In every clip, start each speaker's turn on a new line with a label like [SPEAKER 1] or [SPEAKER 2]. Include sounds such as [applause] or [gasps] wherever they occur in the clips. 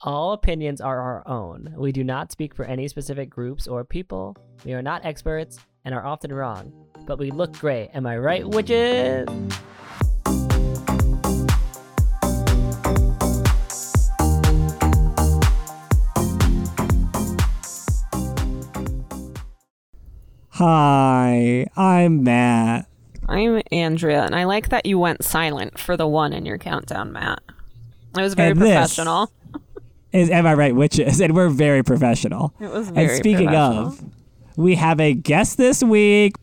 [SPEAKER 1] All opinions are our own. We do not speak for any specific groups or people. We are not experts and are often wrong, but we look great. Am I right, witches?
[SPEAKER 2] Hi, I'm Matt.
[SPEAKER 3] I'm Andrea, and I like that you went silent for the one in your countdown, Matt. It was very
[SPEAKER 2] And this-
[SPEAKER 3] professional.
[SPEAKER 2] Is am I right, witches? And we're very professional.
[SPEAKER 3] It was
[SPEAKER 2] and
[SPEAKER 3] very
[SPEAKER 2] speaking of, we have a guest this week.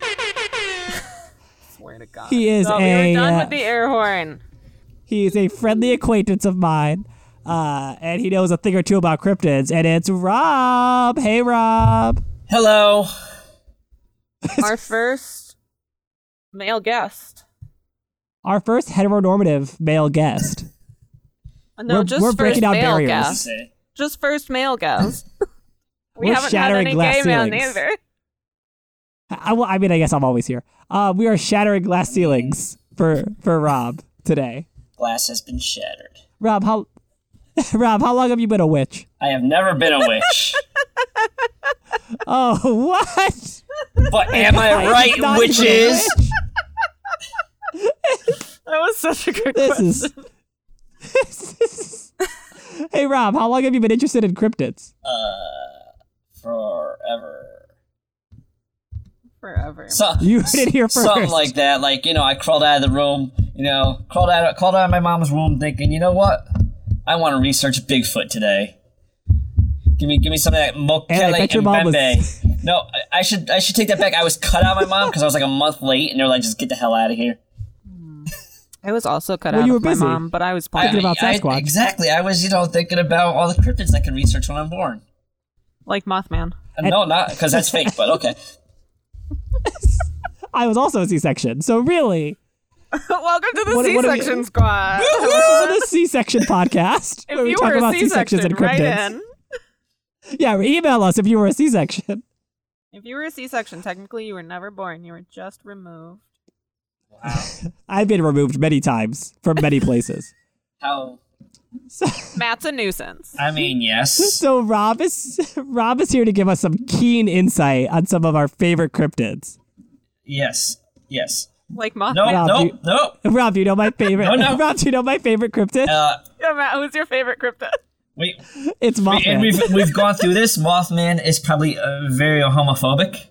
[SPEAKER 2] He is
[SPEAKER 3] But we
[SPEAKER 2] a
[SPEAKER 3] were done
[SPEAKER 2] uh,
[SPEAKER 3] with the
[SPEAKER 2] [laughs]
[SPEAKER 3] air horn.
[SPEAKER 2] he is a friendly acquaintance of mine, uh, and he knows a thing or two about cryptids. And it's Rob. Hey, Rob.
[SPEAKER 4] Hello.
[SPEAKER 3] Our first male guest.
[SPEAKER 2] Our first heteronormative male guest.
[SPEAKER 3] Uh, No,
[SPEAKER 2] We're-
[SPEAKER 3] just
[SPEAKER 2] we're
[SPEAKER 3] first
[SPEAKER 2] breaking down
[SPEAKER 3] male
[SPEAKER 2] barriers.
[SPEAKER 3] guest. Just first male guest.
[SPEAKER 2] [laughs]
[SPEAKER 3] we
[SPEAKER 2] We're
[SPEAKER 3] haven't had
[SPEAKER 2] shattering
[SPEAKER 3] any
[SPEAKER 2] glass
[SPEAKER 3] gay men
[SPEAKER 2] ceilings.
[SPEAKER 3] either.
[SPEAKER 2] I, well, I mean, I guess I'm always here. Uh, we are shattering glass ceilings for for Rob today.
[SPEAKER 4] Glass has been shattered.
[SPEAKER 2] Rob, how [laughs] Rob, how long have you been a witch?
[SPEAKER 4] I have never been
[SPEAKER 2] [laughs]
[SPEAKER 4] a witch.
[SPEAKER 2] Oh, [laughs] what?
[SPEAKER 4] but am I
[SPEAKER 2] It's not
[SPEAKER 4] right,
[SPEAKER 2] even a
[SPEAKER 4] witches?
[SPEAKER 2] witch.
[SPEAKER 3] That was such a good
[SPEAKER 2] This
[SPEAKER 3] question.
[SPEAKER 2] is. this is- [laughs] hey, Rob, how long have you been interested in cryptids?
[SPEAKER 4] Forever.
[SPEAKER 3] Forever.
[SPEAKER 4] So,
[SPEAKER 2] You did hear first.
[SPEAKER 4] Something like that. Like, you know, I crawled out of the room, you know, crawled out of, crawled out of my mom's room thinking, you know what? I want to research Bigfoot today. Give me, give me some of that
[SPEAKER 2] And I
[SPEAKER 4] mokele
[SPEAKER 2] bet
[SPEAKER 4] and,
[SPEAKER 2] your mom was-
[SPEAKER 4] Bembe. No, I- I should, I should take that back. I was cut out of my mom because I was like a month late, and they're like, "Just get the hell out of here."
[SPEAKER 3] I was also cut
[SPEAKER 2] Well,
[SPEAKER 3] out
[SPEAKER 2] you
[SPEAKER 3] of
[SPEAKER 2] were
[SPEAKER 3] my
[SPEAKER 2] busy.
[SPEAKER 3] mom, but I was
[SPEAKER 4] I-
[SPEAKER 3] playing.
[SPEAKER 2] about
[SPEAKER 4] I-
[SPEAKER 2] Sasquatch.
[SPEAKER 4] exactly. I was, you know, thinking about all the cryptids I can research when I'm born.
[SPEAKER 3] like Mothman. [laughs]
[SPEAKER 4] Uh, no, not because that's fake, but okay.
[SPEAKER 2] I was also a C-section, so really,
[SPEAKER 3] Welcome to the
[SPEAKER 2] What- what have you-
[SPEAKER 3] C-section
[SPEAKER 2] [laughs]
[SPEAKER 3] squad.
[SPEAKER 2] this is a C-section podcast
[SPEAKER 3] if
[SPEAKER 2] where we
[SPEAKER 3] you
[SPEAKER 2] talk
[SPEAKER 3] were
[SPEAKER 2] about
[SPEAKER 3] a C-section,
[SPEAKER 2] C-sections and
[SPEAKER 3] write
[SPEAKER 2] cryptids.
[SPEAKER 3] in.
[SPEAKER 2] Yeah, email us if you were a C-section. [laughs]
[SPEAKER 3] If you were a C-section, technically you were never born. You were just removed.
[SPEAKER 2] I've been removed many times from many places.
[SPEAKER 4] [laughs] How?
[SPEAKER 3] Matt's a nuisance.
[SPEAKER 4] I mean, yes.
[SPEAKER 2] so Rob is Rob is here to give us some keen insight on some of our favorite cryptids.
[SPEAKER 4] Yes. Yes.
[SPEAKER 3] Like Mothman.
[SPEAKER 4] No,
[SPEAKER 2] Rob,
[SPEAKER 4] no,
[SPEAKER 2] you-
[SPEAKER 4] no.
[SPEAKER 2] Rob, you know my favorite.
[SPEAKER 4] No, no.
[SPEAKER 2] Rob, you know my favorite cryptid.
[SPEAKER 4] Uh,
[SPEAKER 3] [laughs] Yeah, Matt, who's your favorite cryptid?
[SPEAKER 4] we,
[SPEAKER 2] it's
[SPEAKER 4] we- and
[SPEAKER 2] Mothman.
[SPEAKER 4] we've, we've gone through this. Mothman is probably uh, very homophobic.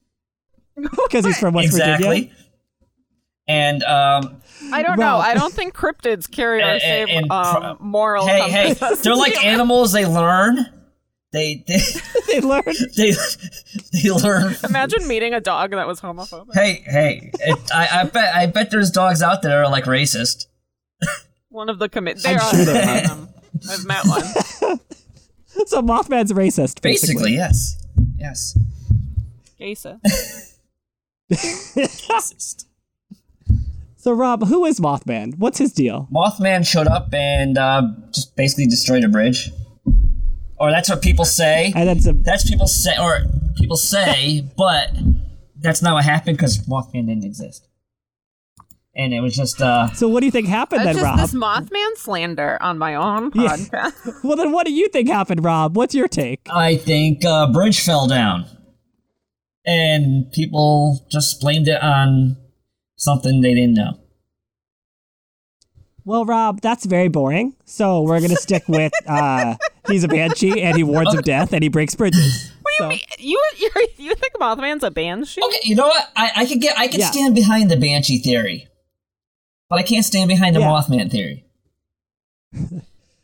[SPEAKER 2] [laughs] because he's from West Virginia.
[SPEAKER 4] Exactly. And, um,
[SPEAKER 3] I don't know.
[SPEAKER 2] Rob.
[SPEAKER 3] I don't think cryptids carry
[SPEAKER 4] [laughs]
[SPEAKER 3] our
[SPEAKER 4] And-
[SPEAKER 3] same
[SPEAKER 4] and pro-
[SPEAKER 3] um, moral
[SPEAKER 4] hey, hey,
[SPEAKER 3] [laughs] compass.
[SPEAKER 4] they're like animals. They learn. They, [laughs] they,
[SPEAKER 2] [laughs] They learned.
[SPEAKER 4] they, they learn.
[SPEAKER 3] Imagine meeting a dog that was homophobic.
[SPEAKER 4] Hey, hey, it, I, I bet, I bet there's dogs out there that are like racist.
[SPEAKER 3] One of the commit.
[SPEAKER 2] I'm
[SPEAKER 3] They are.
[SPEAKER 2] sure there
[SPEAKER 3] I've met them. I've met
[SPEAKER 2] [laughs]
[SPEAKER 3] one.
[SPEAKER 2] So Mothman's racist,
[SPEAKER 4] Basically,
[SPEAKER 2] basically.
[SPEAKER 4] yes, yes.
[SPEAKER 3] Gesa.
[SPEAKER 4] Racist.
[SPEAKER 2] So Rob, who is Mothman? What's his deal?
[SPEAKER 4] Mothman showed up and uh, just basically destroyed a bridge. Or that's what people say.
[SPEAKER 2] And then some.
[SPEAKER 4] That's people say, or people say, but that's not what happened because Mothman didn't exist. And it was just, uh,
[SPEAKER 2] So what do you think happened
[SPEAKER 3] That's
[SPEAKER 2] then,
[SPEAKER 3] just
[SPEAKER 2] Rob?
[SPEAKER 3] this Mothman slander on my own
[SPEAKER 2] Yeah.
[SPEAKER 3] podcast.
[SPEAKER 2] Well, then what do you think happened, Rob? What's your take?
[SPEAKER 4] I think uh, bridge fell down, and people just blamed it on something they didn't know.
[SPEAKER 2] Well, Rob, that's very boring. So we're gonna stick
[SPEAKER 3] [laughs]
[SPEAKER 2] with uh, he's a banshee and he warns of death and he breaks bridges. so,
[SPEAKER 3] [laughs] You you you think Mothman's a banshee?
[SPEAKER 4] Okay, you know what? I, I could get, I could
[SPEAKER 2] Yeah.
[SPEAKER 4] stand behind the Banshee theory, but I can't stand behind the
[SPEAKER 2] Yeah.
[SPEAKER 4] Mothman theory.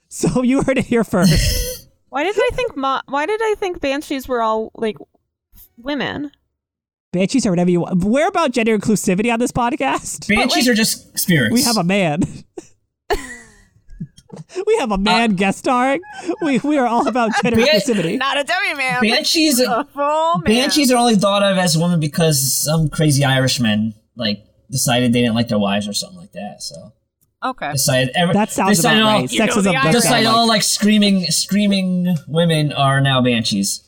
[SPEAKER 2] so you heard it here
[SPEAKER 3] [laughs]
[SPEAKER 2] first.
[SPEAKER 3] Why did I think mo- Why did I think banshees were all like women?
[SPEAKER 2] Banshees are whatever you want. We're about gender inclusivity on this podcast.
[SPEAKER 4] Banshees are just spirits.
[SPEAKER 2] We have a
[SPEAKER 3] [laughs]
[SPEAKER 2] man. [laughs] we have a man guest starring. We we are all about gender
[SPEAKER 4] Ban-
[SPEAKER 2] inclusivity.
[SPEAKER 3] Not a dummy man.
[SPEAKER 4] Banshees.
[SPEAKER 3] a full man.
[SPEAKER 4] Banshees are only thought of as women because some crazy Irishman like decided they didn't like their wives or something like that. So
[SPEAKER 3] Okay.
[SPEAKER 4] decided every,
[SPEAKER 2] That sounds
[SPEAKER 4] decided
[SPEAKER 2] about
[SPEAKER 4] all,
[SPEAKER 2] right.
[SPEAKER 3] know the
[SPEAKER 2] Sexism does
[SPEAKER 3] Irish-
[SPEAKER 4] Decided
[SPEAKER 2] sound
[SPEAKER 4] all
[SPEAKER 2] like.
[SPEAKER 4] like screaming, screaming women are now banshees.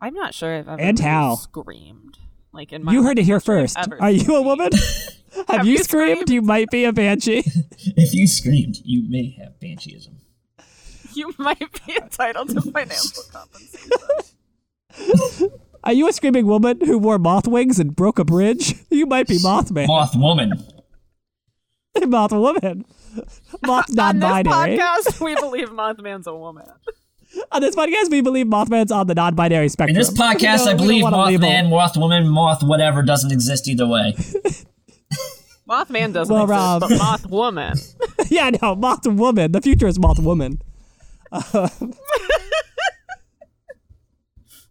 [SPEAKER 3] I'm not sure if I've ever
[SPEAKER 2] And how.
[SPEAKER 3] screamed like in my.
[SPEAKER 2] You
[SPEAKER 3] life.
[SPEAKER 2] heard it here first.
[SPEAKER 3] I've ever
[SPEAKER 2] Are you a
[SPEAKER 3] [laughs]
[SPEAKER 2] woman? Have,
[SPEAKER 3] Have
[SPEAKER 2] you
[SPEAKER 3] you [laughs]
[SPEAKER 2] screamed? You might be a banshee.
[SPEAKER 4] If you screamed, you may have bansheeism.
[SPEAKER 3] You might be entitled to financial compensation.
[SPEAKER 2] Are you a screaming woman who wore moth wings and broke a bridge? [laughs] You might be Mothman.
[SPEAKER 4] Moth woman.
[SPEAKER 2] [laughs] moth
[SPEAKER 3] [laughs]
[SPEAKER 2] woman. Moth non
[SPEAKER 3] On
[SPEAKER 2] binary.
[SPEAKER 3] this podcast, we believe Mothman's a woman.
[SPEAKER 2] On this podcast, we believe Mothman's on the non binary
[SPEAKER 4] In
[SPEAKER 2] spectrum.
[SPEAKER 4] this podcast,
[SPEAKER 2] [laughs] No, we
[SPEAKER 4] I
[SPEAKER 2] don't
[SPEAKER 4] believe
[SPEAKER 2] wanna
[SPEAKER 4] moth
[SPEAKER 2] label.
[SPEAKER 4] man, moth woman, moth whatever doesn't exist either way.
[SPEAKER 3] Mothman doesn't
[SPEAKER 2] Well,
[SPEAKER 3] exist,
[SPEAKER 2] Rob.
[SPEAKER 3] but Mothwoman.
[SPEAKER 2] [laughs] yeah, no, Moth woman. The future is Moth woman.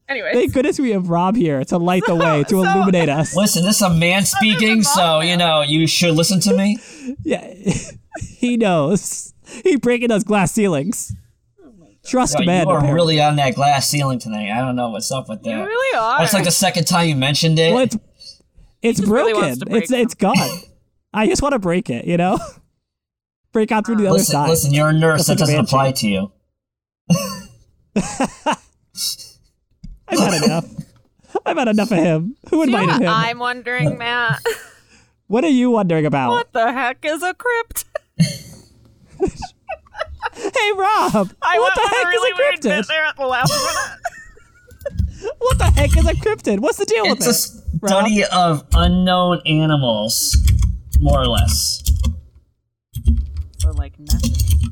[SPEAKER 3] Anyway,
[SPEAKER 2] Thank goodness we have Rob here to light
[SPEAKER 3] [laughs]
[SPEAKER 2] the way, to
[SPEAKER 3] so-
[SPEAKER 2] illuminate us.
[SPEAKER 4] Listen, this is a man speaking, so you know you should listen to me.
[SPEAKER 2] Yeah, [laughs] he knows. He breaking those glass ceilings.
[SPEAKER 4] Oh
[SPEAKER 2] Trust
[SPEAKER 4] Yo,
[SPEAKER 2] men.
[SPEAKER 4] you are
[SPEAKER 2] apparently.
[SPEAKER 4] really on that glass ceiling tonight. I don't know what's up with that.
[SPEAKER 3] you really are.
[SPEAKER 4] That's like the second time you mentioned it.
[SPEAKER 2] well, it's it's
[SPEAKER 3] just really
[SPEAKER 2] broken.
[SPEAKER 3] wants to break
[SPEAKER 2] it's it's gone. I just want to break it. You know, [laughs] break out through the other
[SPEAKER 4] listen,
[SPEAKER 2] side.
[SPEAKER 4] listen, you're a nurse.
[SPEAKER 2] That's
[SPEAKER 4] That
[SPEAKER 2] like a banshee.
[SPEAKER 4] doesn't apply to you.
[SPEAKER 2] I've had enough. I've had enough of him. Who
[SPEAKER 3] You know
[SPEAKER 2] invited
[SPEAKER 3] what
[SPEAKER 2] him?
[SPEAKER 3] I'm wondering, Matt. [laughs]
[SPEAKER 2] What are you wondering about?
[SPEAKER 3] What the heck is a crypt?
[SPEAKER 2] Hey, Rob.
[SPEAKER 3] I
[SPEAKER 2] what
[SPEAKER 3] went
[SPEAKER 2] the
[SPEAKER 3] on a
[SPEAKER 2] heck
[SPEAKER 3] really weird
[SPEAKER 2] is a
[SPEAKER 3] bit
[SPEAKER 2] cryptid?
[SPEAKER 3] there at the last minute.
[SPEAKER 2] What the heck is a cryptid? What's the deal
[SPEAKER 4] It's a
[SPEAKER 2] with it? Rob?
[SPEAKER 4] study of unknown animals, more or less.
[SPEAKER 3] So like,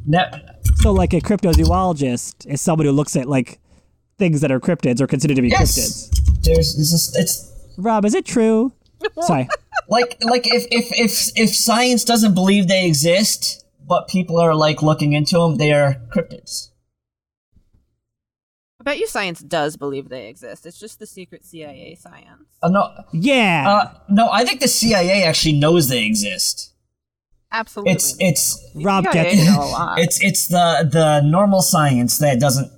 [SPEAKER 3] nothing.
[SPEAKER 4] Ne-
[SPEAKER 2] So, like a cryptozoologist is someone who looks at like things that are cryptids or considered to be
[SPEAKER 4] yes,
[SPEAKER 2] cryptids.
[SPEAKER 4] there's it's, just, it's
[SPEAKER 2] Rob, is it
[SPEAKER 3] [laughs]
[SPEAKER 2] true? Sorry.
[SPEAKER 4] like like if if if if science doesn't believe they exist, but people are like looking into them, they are cryptids.
[SPEAKER 3] I bet you science does believe they exist. It's just the secret CIA science.
[SPEAKER 4] Uh, no,
[SPEAKER 2] Yeah.
[SPEAKER 4] uh, no, I think the CIA actually knows they exist.
[SPEAKER 3] Absolutely.
[SPEAKER 4] It's it's
[SPEAKER 2] Rob
[SPEAKER 3] CIA
[SPEAKER 2] gets
[SPEAKER 3] know a lot.
[SPEAKER 4] It's it's the the normal science that doesn't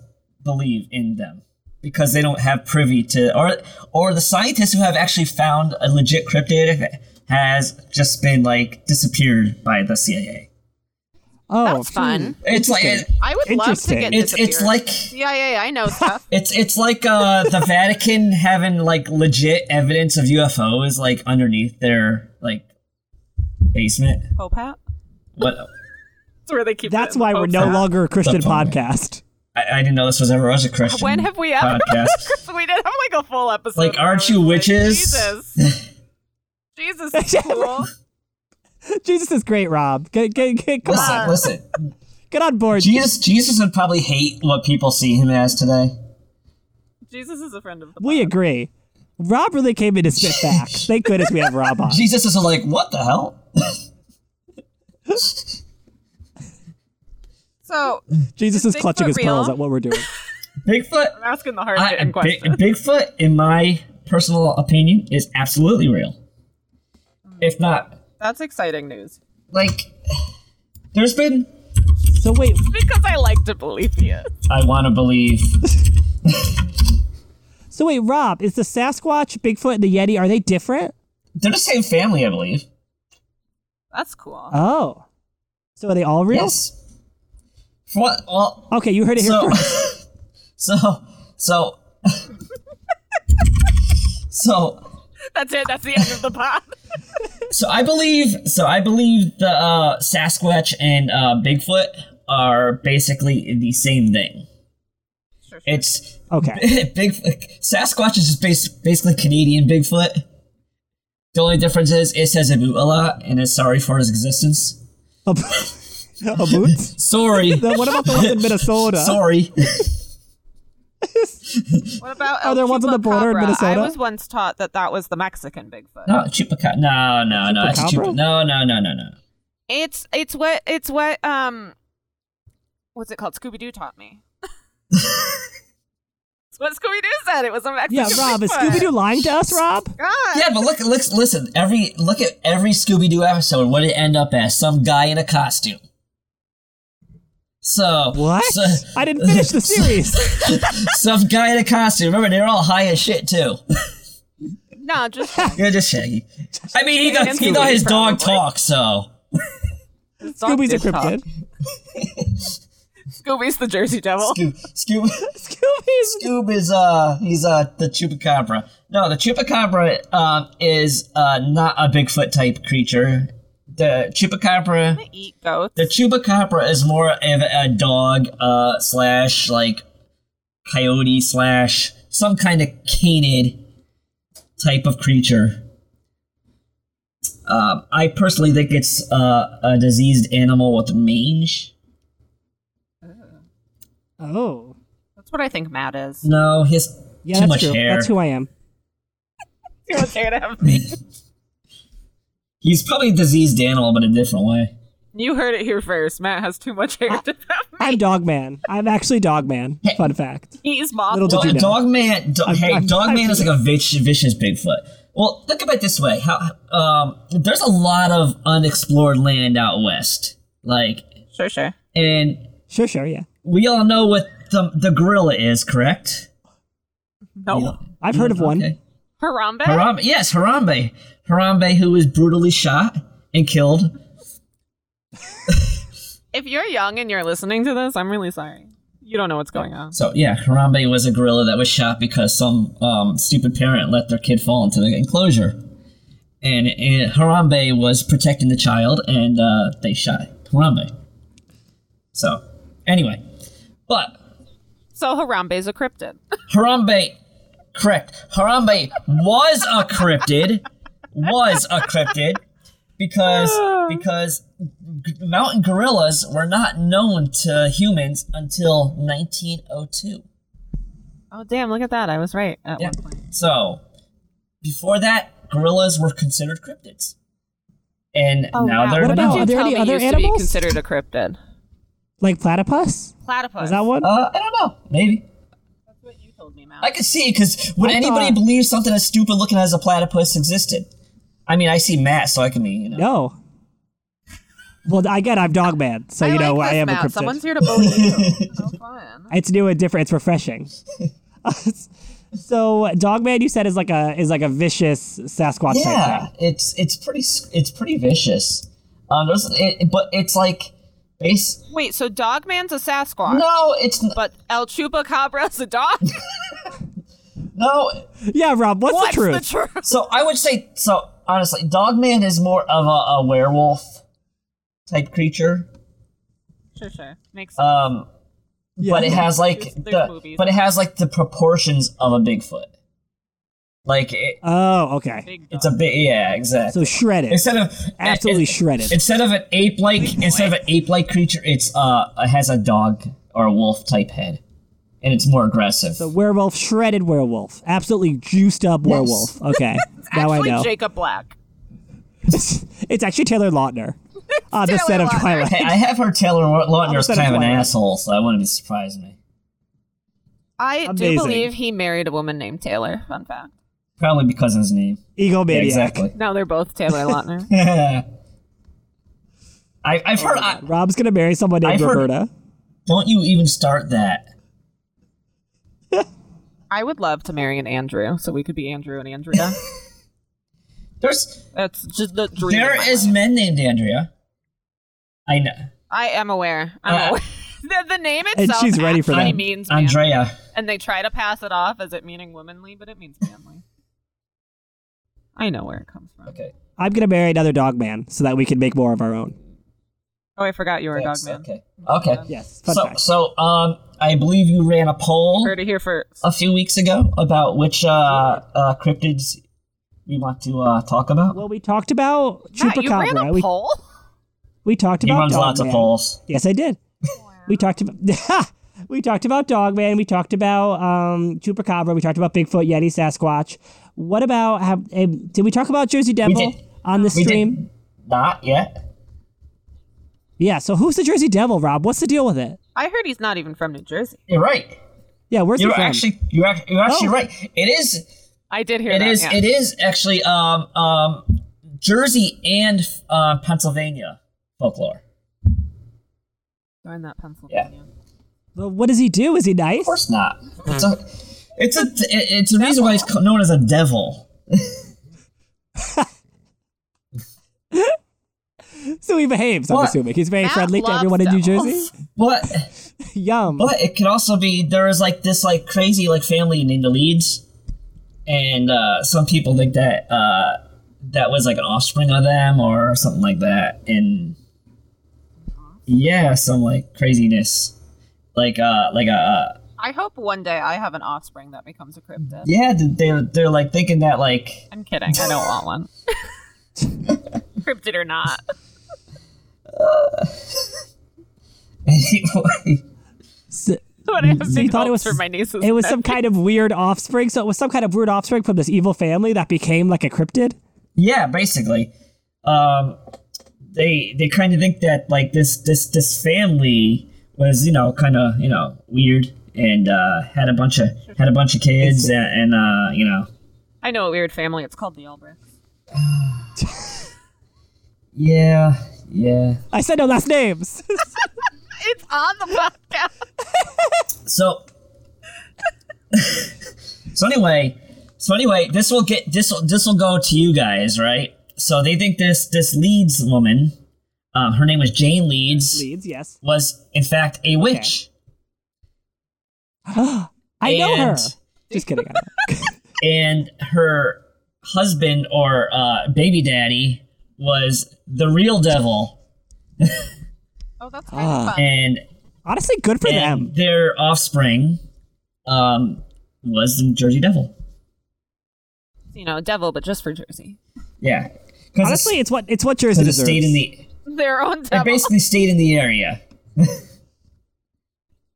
[SPEAKER 4] believe in them because they don't have privy to or or the scientists who have actually found a legit cryptid has just been like disappeared by the CIA.
[SPEAKER 2] Oh,
[SPEAKER 3] That's
[SPEAKER 2] hmm.
[SPEAKER 3] fun.
[SPEAKER 4] It's like
[SPEAKER 2] Interesting.
[SPEAKER 3] I would love to
[SPEAKER 2] Interesting.
[SPEAKER 3] get
[SPEAKER 4] it's it's
[SPEAKER 3] disappeared.
[SPEAKER 4] like
[SPEAKER 3] CIA. I know stuff.
[SPEAKER 4] it's it's like uh
[SPEAKER 3] [laughs]
[SPEAKER 4] the Vatican having like legit evidence of UFOs like underneath their like basement.
[SPEAKER 3] Pope hat.
[SPEAKER 4] What
[SPEAKER 3] That's where they keep.
[SPEAKER 2] That's
[SPEAKER 3] it in
[SPEAKER 2] why
[SPEAKER 3] the
[SPEAKER 2] we're
[SPEAKER 3] Pope's
[SPEAKER 2] no
[SPEAKER 4] [laughs]
[SPEAKER 3] hat.
[SPEAKER 2] longer a Christian
[SPEAKER 4] The phone.
[SPEAKER 2] podcast. [laughs]
[SPEAKER 4] I, I didn't know this was ever was a Christian.
[SPEAKER 3] When have we ever? [laughs]
[SPEAKER 4] podcast.
[SPEAKER 3] we did have like a full episode.
[SPEAKER 4] Like,
[SPEAKER 3] where
[SPEAKER 4] aren't
[SPEAKER 3] it was
[SPEAKER 4] you
[SPEAKER 3] like,
[SPEAKER 4] witches?
[SPEAKER 3] Jesus.
[SPEAKER 4] [laughs]
[SPEAKER 3] Jesus is cool.
[SPEAKER 2] Jesus is great, Rob. Get, get, get, come
[SPEAKER 4] listen,
[SPEAKER 2] on.
[SPEAKER 4] listen.
[SPEAKER 2] Get on board.
[SPEAKER 4] Jesus, Jesus would probably hate what people see him as today.
[SPEAKER 3] Jesus is a friend of the.
[SPEAKER 2] We agree. Rob really came in to spit facts. Thank goodness we have Rob on.
[SPEAKER 4] Jesus is like, what the hell?
[SPEAKER 3] So
[SPEAKER 2] Jesus is
[SPEAKER 3] Bigfoot
[SPEAKER 2] clutching his
[SPEAKER 3] real?
[SPEAKER 2] pearls at what we're doing.
[SPEAKER 4] Bigfoot,
[SPEAKER 3] I'm asking the hard
[SPEAKER 4] I,
[SPEAKER 3] hitting
[SPEAKER 4] Big,
[SPEAKER 3] question.
[SPEAKER 4] Bigfoot, in my personal opinion, is absolutely real. If not,
[SPEAKER 3] That's exciting news
[SPEAKER 4] like, there's been.
[SPEAKER 2] So wait,
[SPEAKER 3] because I like to believe he is.
[SPEAKER 4] I want to believe.
[SPEAKER 2] so wait, Rob, is the Sasquatch, Bigfoot, and the Yeti are they different?
[SPEAKER 4] They're the same family, I believe.
[SPEAKER 3] That's cool.
[SPEAKER 2] Oh, so are they all real?
[SPEAKER 4] Yes. For what? Well,
[SPEAKER 2] Okay, you heard it here
[SPEAKER 4] [laughs] so,
[SPEAKER 2] first.
[SPEAKER 4] so, so, [laughs] so.
[SPEAKER 3] That's it. That's the end of the pod.
[SPEAKER 4] So I believe so I believe the uh, Sasquatch and uh, Bigfoot are basically the same thing.
[SPEAKER 3] Sure, sure.
[SPEAKER 4] It's [laughs]
[SPEAKER 2] Okay,
[SPEAKER 4] big Sasquatch is just bas- basically Canadian Bigfoot. The only difference is it says Abu a lot and is sorry for his existence.
[SPEAKER 2] a, [laughs] a boot.
[SPEAKER 4] Sorry,
[SPEAKER 2] [laughs] Then what about the ones in Minnesota?
[SPEAKER 4] [laughs] sorry.
[SPEAKER 3] What about
[SPEAKER 2] Are there Oh, ones on the border in
[SPEAKER 3] Chupacabra?
[SPEAKER 2] Minnesota?
[SPEAKER 3] I was once taught that that was the Mexican Bigfoot.
[SPEAKER 4] No, chupacabra. No, no, no. That's a
[SPEAKER 2] Chupacabra?
[SPEAKER 4] chupa- no, no, no, no, no.
[SPEAKER 3] It's it's what it's what um, what's it called? Scooby Doo taught me. it's what Scooby Doo said. It was a Mexican
[SPEAKER 2] [laughs] Yeah, Rob, is
[SPEAKER 3] Bigfoot.
[SPEAKER 2] Scooby Doo lying to us, Rob?
[SPEAKER 3] God.
[SPEAKER 4] Yeah, but look, look, listen. Every look at every Scooby Doo episode. What did it end up as? Some guy in a costume. So
[SPEAKER 2] What?
[SPEAKER 4] so-
[SPEAKER 2] I didn't finish
[SPEAKER 4] [laughs]
[SPEAKER 2] the series.
[SPEAKER 4] some guy in a costume. Remember, they're all high as shit too. [laughs]
[SPEAKER 2] [laughs]
[SPEAKER 3] No, just
[SPEAKER 4] You're just shaggy. I mean, he got he got his dog talk. So
[SPEAKER 2] Scooby's a
[SPEAKER 3] dog did talk.
[SPEAKER 2] cryptid.
[SPEAKER 3] Scooby's the Jersey Devil.
[SPEAKER 4] Scoob Scoob
[SPEAKER 2] Scooby's
[SPEAKER 4] Scoob is uh he's uh the chupacabra. uh, No, the chupacabra um is uh not a Bigfoot type creature. the chupacabra.
[SPEAKER 3] I eat goats.
[SPEAKER 4] The chupacabra is more of a dog uh, slash like coyote slash some kind of canid type of creature. Um, I personally think it's uh, a diseased animal with mange.
[SPEAKER 2] Oh.
[SPEAKER 3] That's what I think Matt
[SPEAKER 2] [laughs]
[SPEAKER 3] is.
[SPEAKER 4] No, his
[SPEAKER 2] Yeah,
[SPEAKER 4] too
[SPEAKER 2] that's
[SPEAKER 4] much
[SPEAKER 2] true.
[SPEAKER 4] hair.
[SPEAKER 2] That's who I am.
[SPEAKER 3] You're scared of me.
[SPEAKER 4] [laughs] He's probably a diseased animal, but a different way.
[SPEAKER 3] You heard it here first. Matt has too much hair to have.
[SPEAKER 2] I'm Dogman. I'm actually Dogman. Fun fact.
[SPEAKER 3] He's moth.
[SPEAKER 2] Little
[SPEAKER 4] Dog,
[SPEAKER 2] you know?
[SPEAKER 4] Dogman, do-
[SPEAKER 2] I'm-
[SPEAKER 4] hey,
[SPEAKER 2] I'm-
[SPEAKER 4] Dogman
[SPEAKER 2] I'm-
[SPEAKER 4] is like a vicious, vicious Bigfoot. Well, think about it this way: how um, there's a lot of unexplored land out west, like,
[SPEAKER 3] Sure, sure.
[SPEAKER 4] and
[SPEAKER 2] Sure, sure, yeah.
[SPEAKER 4] we all know what the the gorilla is, correct?
[SPEAKER 3] No.
[SPEAKER 2] I've heard of one.
[SPEAKER 4] Mm, Okay.
[SPEAKER 3] Harambe?
[SPEAKER 4] Harambe, yes, Harambe, Harambe, who was brutally shot and killed.
[SPEAKER 3] if you're young and you're listening to this, I'm really sorry. You don't know what's going on.
[SPEAKER 4] So yeah, Harambe was a gorilla that was shot because some um, stupid parent let their kid fall into the enclosure, and, and Harambe was protecting the child, and uh, they shot Harambe. So anyway, but
[SPEAKER 3] So Harambe's a cryptid.
[SPEAKER 4] Harambe, correct? Harambe was a cryptid, was a cryptid, because because g- mountain gorillas were not known to humans until 1902.
[SPEAKER 3] [laughs] oh damn! Look at that. I was right at
[SPEAKER 4] Yeah.
[SPEAKER 3] one point.
[SPEAKER 4] So, before that, gorillas were considered cryptids, and
[SPEAKER 3] Oh,
[SPEAKER 4] now they're
[SPEAKER 2] Oh, What
[SPEAKER 4] not.
[SPEAKER 2] about- are there any other
[SPEAKER 3] used to be
[SPEAKER 2] animals?
[SPEAKER 3] considered a cryptid?
[SPEAKER 2] Like platypus?
[SPEAKER 3] Platypus.
[SPEAKER 2] Is that one?
[SPEAKER 4] Uh, I don't know. Maybe
[SPEAKER 3] That's what you told me, Mal.
[SPEAKER 4] I could see because would
[SPEAKER 2] I
[SPEAKER 4] anybody
[SPEAKER 2] thought-
[SPEAKER 4] believe something as stupid looking as a platypus existed? I mean, I see Matt, so I can be you know.
[SPEAKER 2] No. Well, again, I'm Dogman, so you know
[SPEAKER 3] like
[SPEAKER 2] I
[SPEAKER 3] this,
[SPEAKER 2] am a
[SPEAKER 3] Matt.
[SPEAKER 2] cryptid.
[SPEAKER 3] Someone's here to bully
[SPEAKER 2] [laughs]
[SPEAKER 3] you. How fun.
[SPEAKER 2] It's new and different. It's refreshing. [laughs] so, Dogman, you said is like a is like a vicious Sasquatch type
[SPEAKER 4] Yeah,
[SPEAKER 2] thing.
[SPEAKER 4] it's it's pretty s- it's pretty vicious. Um, there's, it, but it's like base.
[SPEAKER 3] Wait, so Dogman's a Sasquatch,
[SPEAKER 4] No, it's n-
[SPEAKER 3] but El Chupacabra's a dog?
[SPEAKER 4] no.
[SPEAKER 2] Yeah, Rob, what's,
[SPEAKER 3] What's
[SPEAKER 2] the truth?
[SPEAKER 3] the truth?
[SPEAKER 4] So I would say so. Honestly, Dogman is more of a, a werewolf type creature.
[SPEAKER 3] Sure, sure. Makes
[SPEAKER 2] Uh,
[SPEAKER 3] sense.
[SPEAKER 4] Um,
[SPEAKER 2] Yeah.
[SPEAKER 4] but it has like
[SPEAKER 3] There's- there's
[SPEAKER 4] the,
[SPEAKER 3] movies.
[SPEAKER 4] but it has like the proportions of a Bigfoot. Like it,
[SPEAKER 2] oh, okay.
[SPEAKER 3] Big
[SPEAKER 4] it's
[SPEAKER 3] dog.
[SPEAKER 4] a big yeah,
[SPEAKER 2] So
[SPEAKER 4] exactly.
[SPEAKER 2] shredded,
[SPEAKER 4] instead of
[SPEAKER 2] absolutely
[SPEAKER 4] it-
[SPEAKER 2] shredded.
[SPEAKER 4] instead of an ape like instead of an ape like creature, it's uh it has a dog or a wolf type head, and it's more aggressive.
[SPEAKER 2] so werewolf, shredded werewolf, absolutely juiced up werewolf. Okay,
[SPEAKER 4] [laughs]
[SPEAKER 2] now I
[SPEAKER 3] Actually,
[SPEAKER 2] know.
[SPEAKER 3] Jacob Black.
[SPEAKER 2] [laughs] it's actually Taylor
[SPEAKER 4] [laughs]
[SPEAKER 2] Lautner on the
[SPEAKER 3] Taylor
[SPEAKER 2] set of
[SPEAKER 3] Lautner.
[SPEAKER 2] Twilight.
[SPEAKER 4] [laughs] Hey, I have heard Taylor Lautner's
[SPEAKER 2] Opposite of
[SPEAKER 4] kind of an
[SPEAKER 2] Twilight.
[SPEAKER 4] asshole, so I wouldn't be surprised me.
[SPEAKER 3] I
[SPEAKER 2] Amazing.
[SPEAKER 3] do believe he married a woman named Taylor. Fun fact.
[SPEAKER 4] Probably because of his name.
[SPEAKER 2] Eagle
[SPEAKER 4] Yeah,
[SPEAKER 2] maniac.
[SPEAKER 4] exactly.
[SPEAKER 3] Now they're both Taylor [laughs] Lautner.
[SPEAKER 4] I, I've heard. [laughs] I,
[SPEAKER 2] Rob's gonna marry someone named
[SPEAKER 4] I've heard-
[SPEAKER 2] Roberta.
[SPEAKER 4] don't you even start that.
[SPEAKER 3] I would love to marry an Andrew, so we could be Andrew and
[SPEAKER 4] [laughs]
[SPEAKER 3] Andrea.
[SPEAKER 4] There's
[SPEAKER 3] That's just the dream. of
[SPEAKER 4] there
[SPEAKER 3] my
[SPEAKER 4] is
[SPEAKER 3] life.
[SPEAKER 4] men named Andrea. I know.
[SPEAKER 3] I am aware. I'm
[SPEAKER 4] Uh,
[SPEAKER 3] aware. [laughs] the, the name
[SPEAKER 2] And
[SPEAKER 3] itself
[SPEAKER 2] she's ready for
[SPEAKER 3] actually
[SPEAKER 2] that.
[SPEAKER 3] means man-
[SPEAKER 4] Andrea.
[SPEAKER 3] and they try to pass it off as it meaning womanly, but it means manly. I know where it comes from.
[SPEAKER 4] Okay.
[SPEAKER 2] I'm gonna marry another dog man so that we can make more of our own.
[SPEAKER 3] Oh, I forgot you were
[SPEAKER 4] Thanks.
[SPEAKER 3] a dog man.
[SPEAKER 4] Okay. Okay.
[SPEAKER 2] Yes, fun
[SPEAKER 4] So,
[SPEAKER 2] fact.
[SPEAKER 4] so um, I believe you ran a poll
[SPEAKER 3] Heard it here first.
[SPEAKER 4] a few weeks ago about which uh, uh cryptids we want to uh talk about.
[SPEAKER 2] Well, we talked about
[SPEAKER 3] Matt, you ran
[SPEAKER 2] Chupacabra.
[SPEAKER 3] a
[SPEAKER 2] We,
[SPEAKER 3] poll?
[SPEAKER 2] we talked
[SPEAKER 4] He
[SPEAKER 2] about
[SPEAKER 4] runs
[SPEAKER 2] Dogman.
[SPEAKER 4] lots of polls.
[SPEAKER 2] Yes, I did. We talked about [laughs] we talked about Dogman. We talked about um, Chupacabra. We talked about Bigfoot, Yeti, Sasquatch. What about have, eh, did we talk about Jersey Devil
[SPEAKER 4] did.
[SPEAKER 2] on the
[SPEAKER 4] We did
[SPEAKER 2] stream?
[SPEAKER 4] Not yet.
[SPEAKER 2] Yeah. So who's the Jersey Devil, Rob? What's the deal with it?
[SPEAKER 3] I heard he's not even from New Jersey.
[SPEAKER 4] You're right.
[SPEAKER 2] Yeah, where's
[SPEAKER 4] You're
[SPEAKER 2] he from?
[SPEAKER 4] actually you're actually, you're actually
[SPEAKER 2] Oh.
[SPEAKER 4] right. It is
[SPEAKER 3] I did hear
[SPEAKER 4] it
[SPEAKER 3] that.
[SPEAKER 4] is
[SPEAKER 3] yeah.
[SPEAKER 4] it is actually um um Jersey and uh, Pennsylvania folklore.
[SPEAKER 3] Darn that Pennsylvania.
[SPEAKER 2] Well, what does he do? Is he nice?
[SPEAKER 4] Of course not. It's a it's a it's a reason why he's co- known as a devil.
[SPEAKER 2] So he behaves. I'm
[SPEAKER 4] What?
[SPEAKER 2] assuming he's very
[SPEAKER 3] Matt
[SPEAKER 2] friendly to
[SPEAKER 3] loves
[SPEAKER 2] everyone in New Jersey.
[SPEAKER 3] devils.
[SPEAKER 4] But
[SPEAKER 2] [laughs] Yum.
[SPEAKER 4] But it could also be there is like this like crazy like family named the Leeds, and uh, some people think that uh, that was like an offspring of them or something like that. And yeah, some like craziness, like uh, like a. Uh,
[SPEAKER 3] I hope one day I have an offspring that becomes a cryptid.
[SPEAKER 4] yeah, they're they're like thinking that like [laughs]
[SPEAKER 3] I'm kidding. I don't
[SPEAKER 2] [laughs]
[SPEAKER 3] want one. cryptid or not.
[SPEAKER 4] anyway.
[SPEAKER 2] S-
[SPEAKER 3] When I have
[SPEAKER 2] They
[SPEAKER 3] big
[SPEAKER 2] thought it was-
[SPEAKER 3] hopes for my nieces.
[SPEAKER 2] It was some kind of weird offspring. So it was some kind of weird offspring from this evil family that became like a cryptid.
[SPEAKER 4] Yeah, basically. Um, they they kind of think that like this this this family was you know kind of you know weird and uh, had a bunch of had a bunch of kids and, and uh, you know
[SPEAKER 3] I know a weird family. It's called the Albrechts.
[SPEAKER 4] yeah yeah.
[SPEAKER 2] I said no last names.
[SPEAKER 3] [laughs]
[SPEAKER 2] [laughs]
[SPEAKER 3] It's on the podcast.
[SPEAKER 4] So [laughs] so anyway so anyway this will get this will this will go to you guys right. So they think this this Leeds woman, um, her name was Jane Leeds,
[SPEAKER 2] Leeds, yes.
[SPEAKER 4] was in fact a witch.
[SPEAKER 2] I know her.
[SPEAKER 4] And-
[SPEAKER 2] Just kidding. I don't know.
[SPEAKER 4] and her husband or uh, baby daddy was the real devil,
[SPEAKER 3] Oh,
[SPEAKER 2] Ah.
[SPEAKER 3] that's kind of fun.
[SPEAKER 4] and,
[SPEAKER 2] Honestly, good
[SPEAKER 4] [laughs]
[SPEAKER 2] for
[SPEAKER 4] and
[SPEAKER 2] them.
[SPEAKER 4] their offspring um, was the Jersey Devil.
[SPEAKER 3] You know, devil, but just for Jersey.
[SPEAKER 4] Yeah, because
[SPEAKER 2] Honestly, it's what it's what Jersey
[SPEAKER 4] it
[SPEAKER 2] deserves.
[SPEAKER 4] stayed in the
[SPEAKER 3] Their own
[SPEAKER 4] it
[SPEAKER 3] devil.
[SPEAKER 4] basically stayed in the area.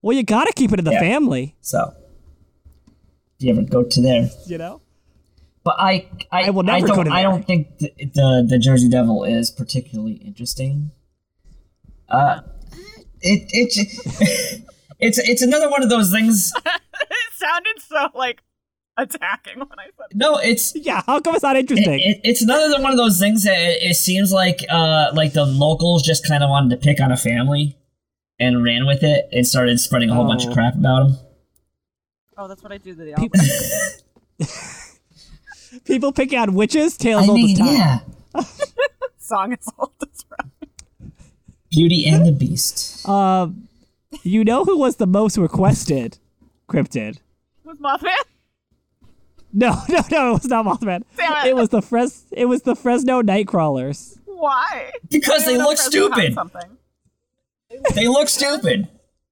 [SPEAKER 2] well, you gotta keep it in the
[SPEAKER 4] Yeah.
[SPEAKER 2] family.
[SPEAKER 4] So if you ever go to there,
[SPEAKER 2] You know.
[SPEAKER 4] but I I,
[SPEAKER 2] I will never
[SPEAKER 4] don't
[SPEAKER 2] go to
[SPEAKER 4] I
[SPEAKER 2] there.
[SPEAKER 4] don't think the, the the Jersey Devil is particularly interesting. Uh, it it. [laughs] It's, it's another one of those things
[SPEAKER 3] [laughs] it sounded so like attacking when I said
[SPEAKER 4] No, it's
[SPEAKER 2] Yeah. How come it's not
[SPEAKER 4] it,
[SPEAKER 2] interesting?
[SPEAKER 4] it- it's another one of those things that it, it seems like uh like the locals just kind of wanted to pick on a family and ran with it and started spreading a whole bunch of
[SPEAKER 2] Oh.
[SPEAKER 4] crap about them.
[SPEAKER 3] Oh, that's what I do to the
[SPEAKER 2] Pe- [laughs]
[SPEAKER 3] Albrechts.
[SPEAKER 2] People pick out witches' tales
[SPEAKER 4] I
[SPEAKER 2] all
[SPEAKER 4] mean,
[SPEAKER 2] the time.
[SPEAKER 4] yeah,
[SPEAKER 3] song is [laughs] old as rock.
[SPEAKER 4] Beauty and the Beast.
[SPEAKER 2] Um, you know who was the most requested cryptid?
[SPEAKER 3] Was Mothman?
[SPEAKER 2] No, [laughs] no, no. It was not Mothman.
[SPEAKER 3] Damn it.
[SPEAKER 2] was the Fres. It was the Fresno Nightcrawlers.
[SPEAKER 3] Why?
[SPEAKER 4] Because they
[SPEAKER 3] Maybe
[SPEAKER 4] look
[SPEAKER 3] that's where they
[SPEAKER 4] stupid.
[SPEAKER 3] found Something.
[SPEAKER 4] They look stupid.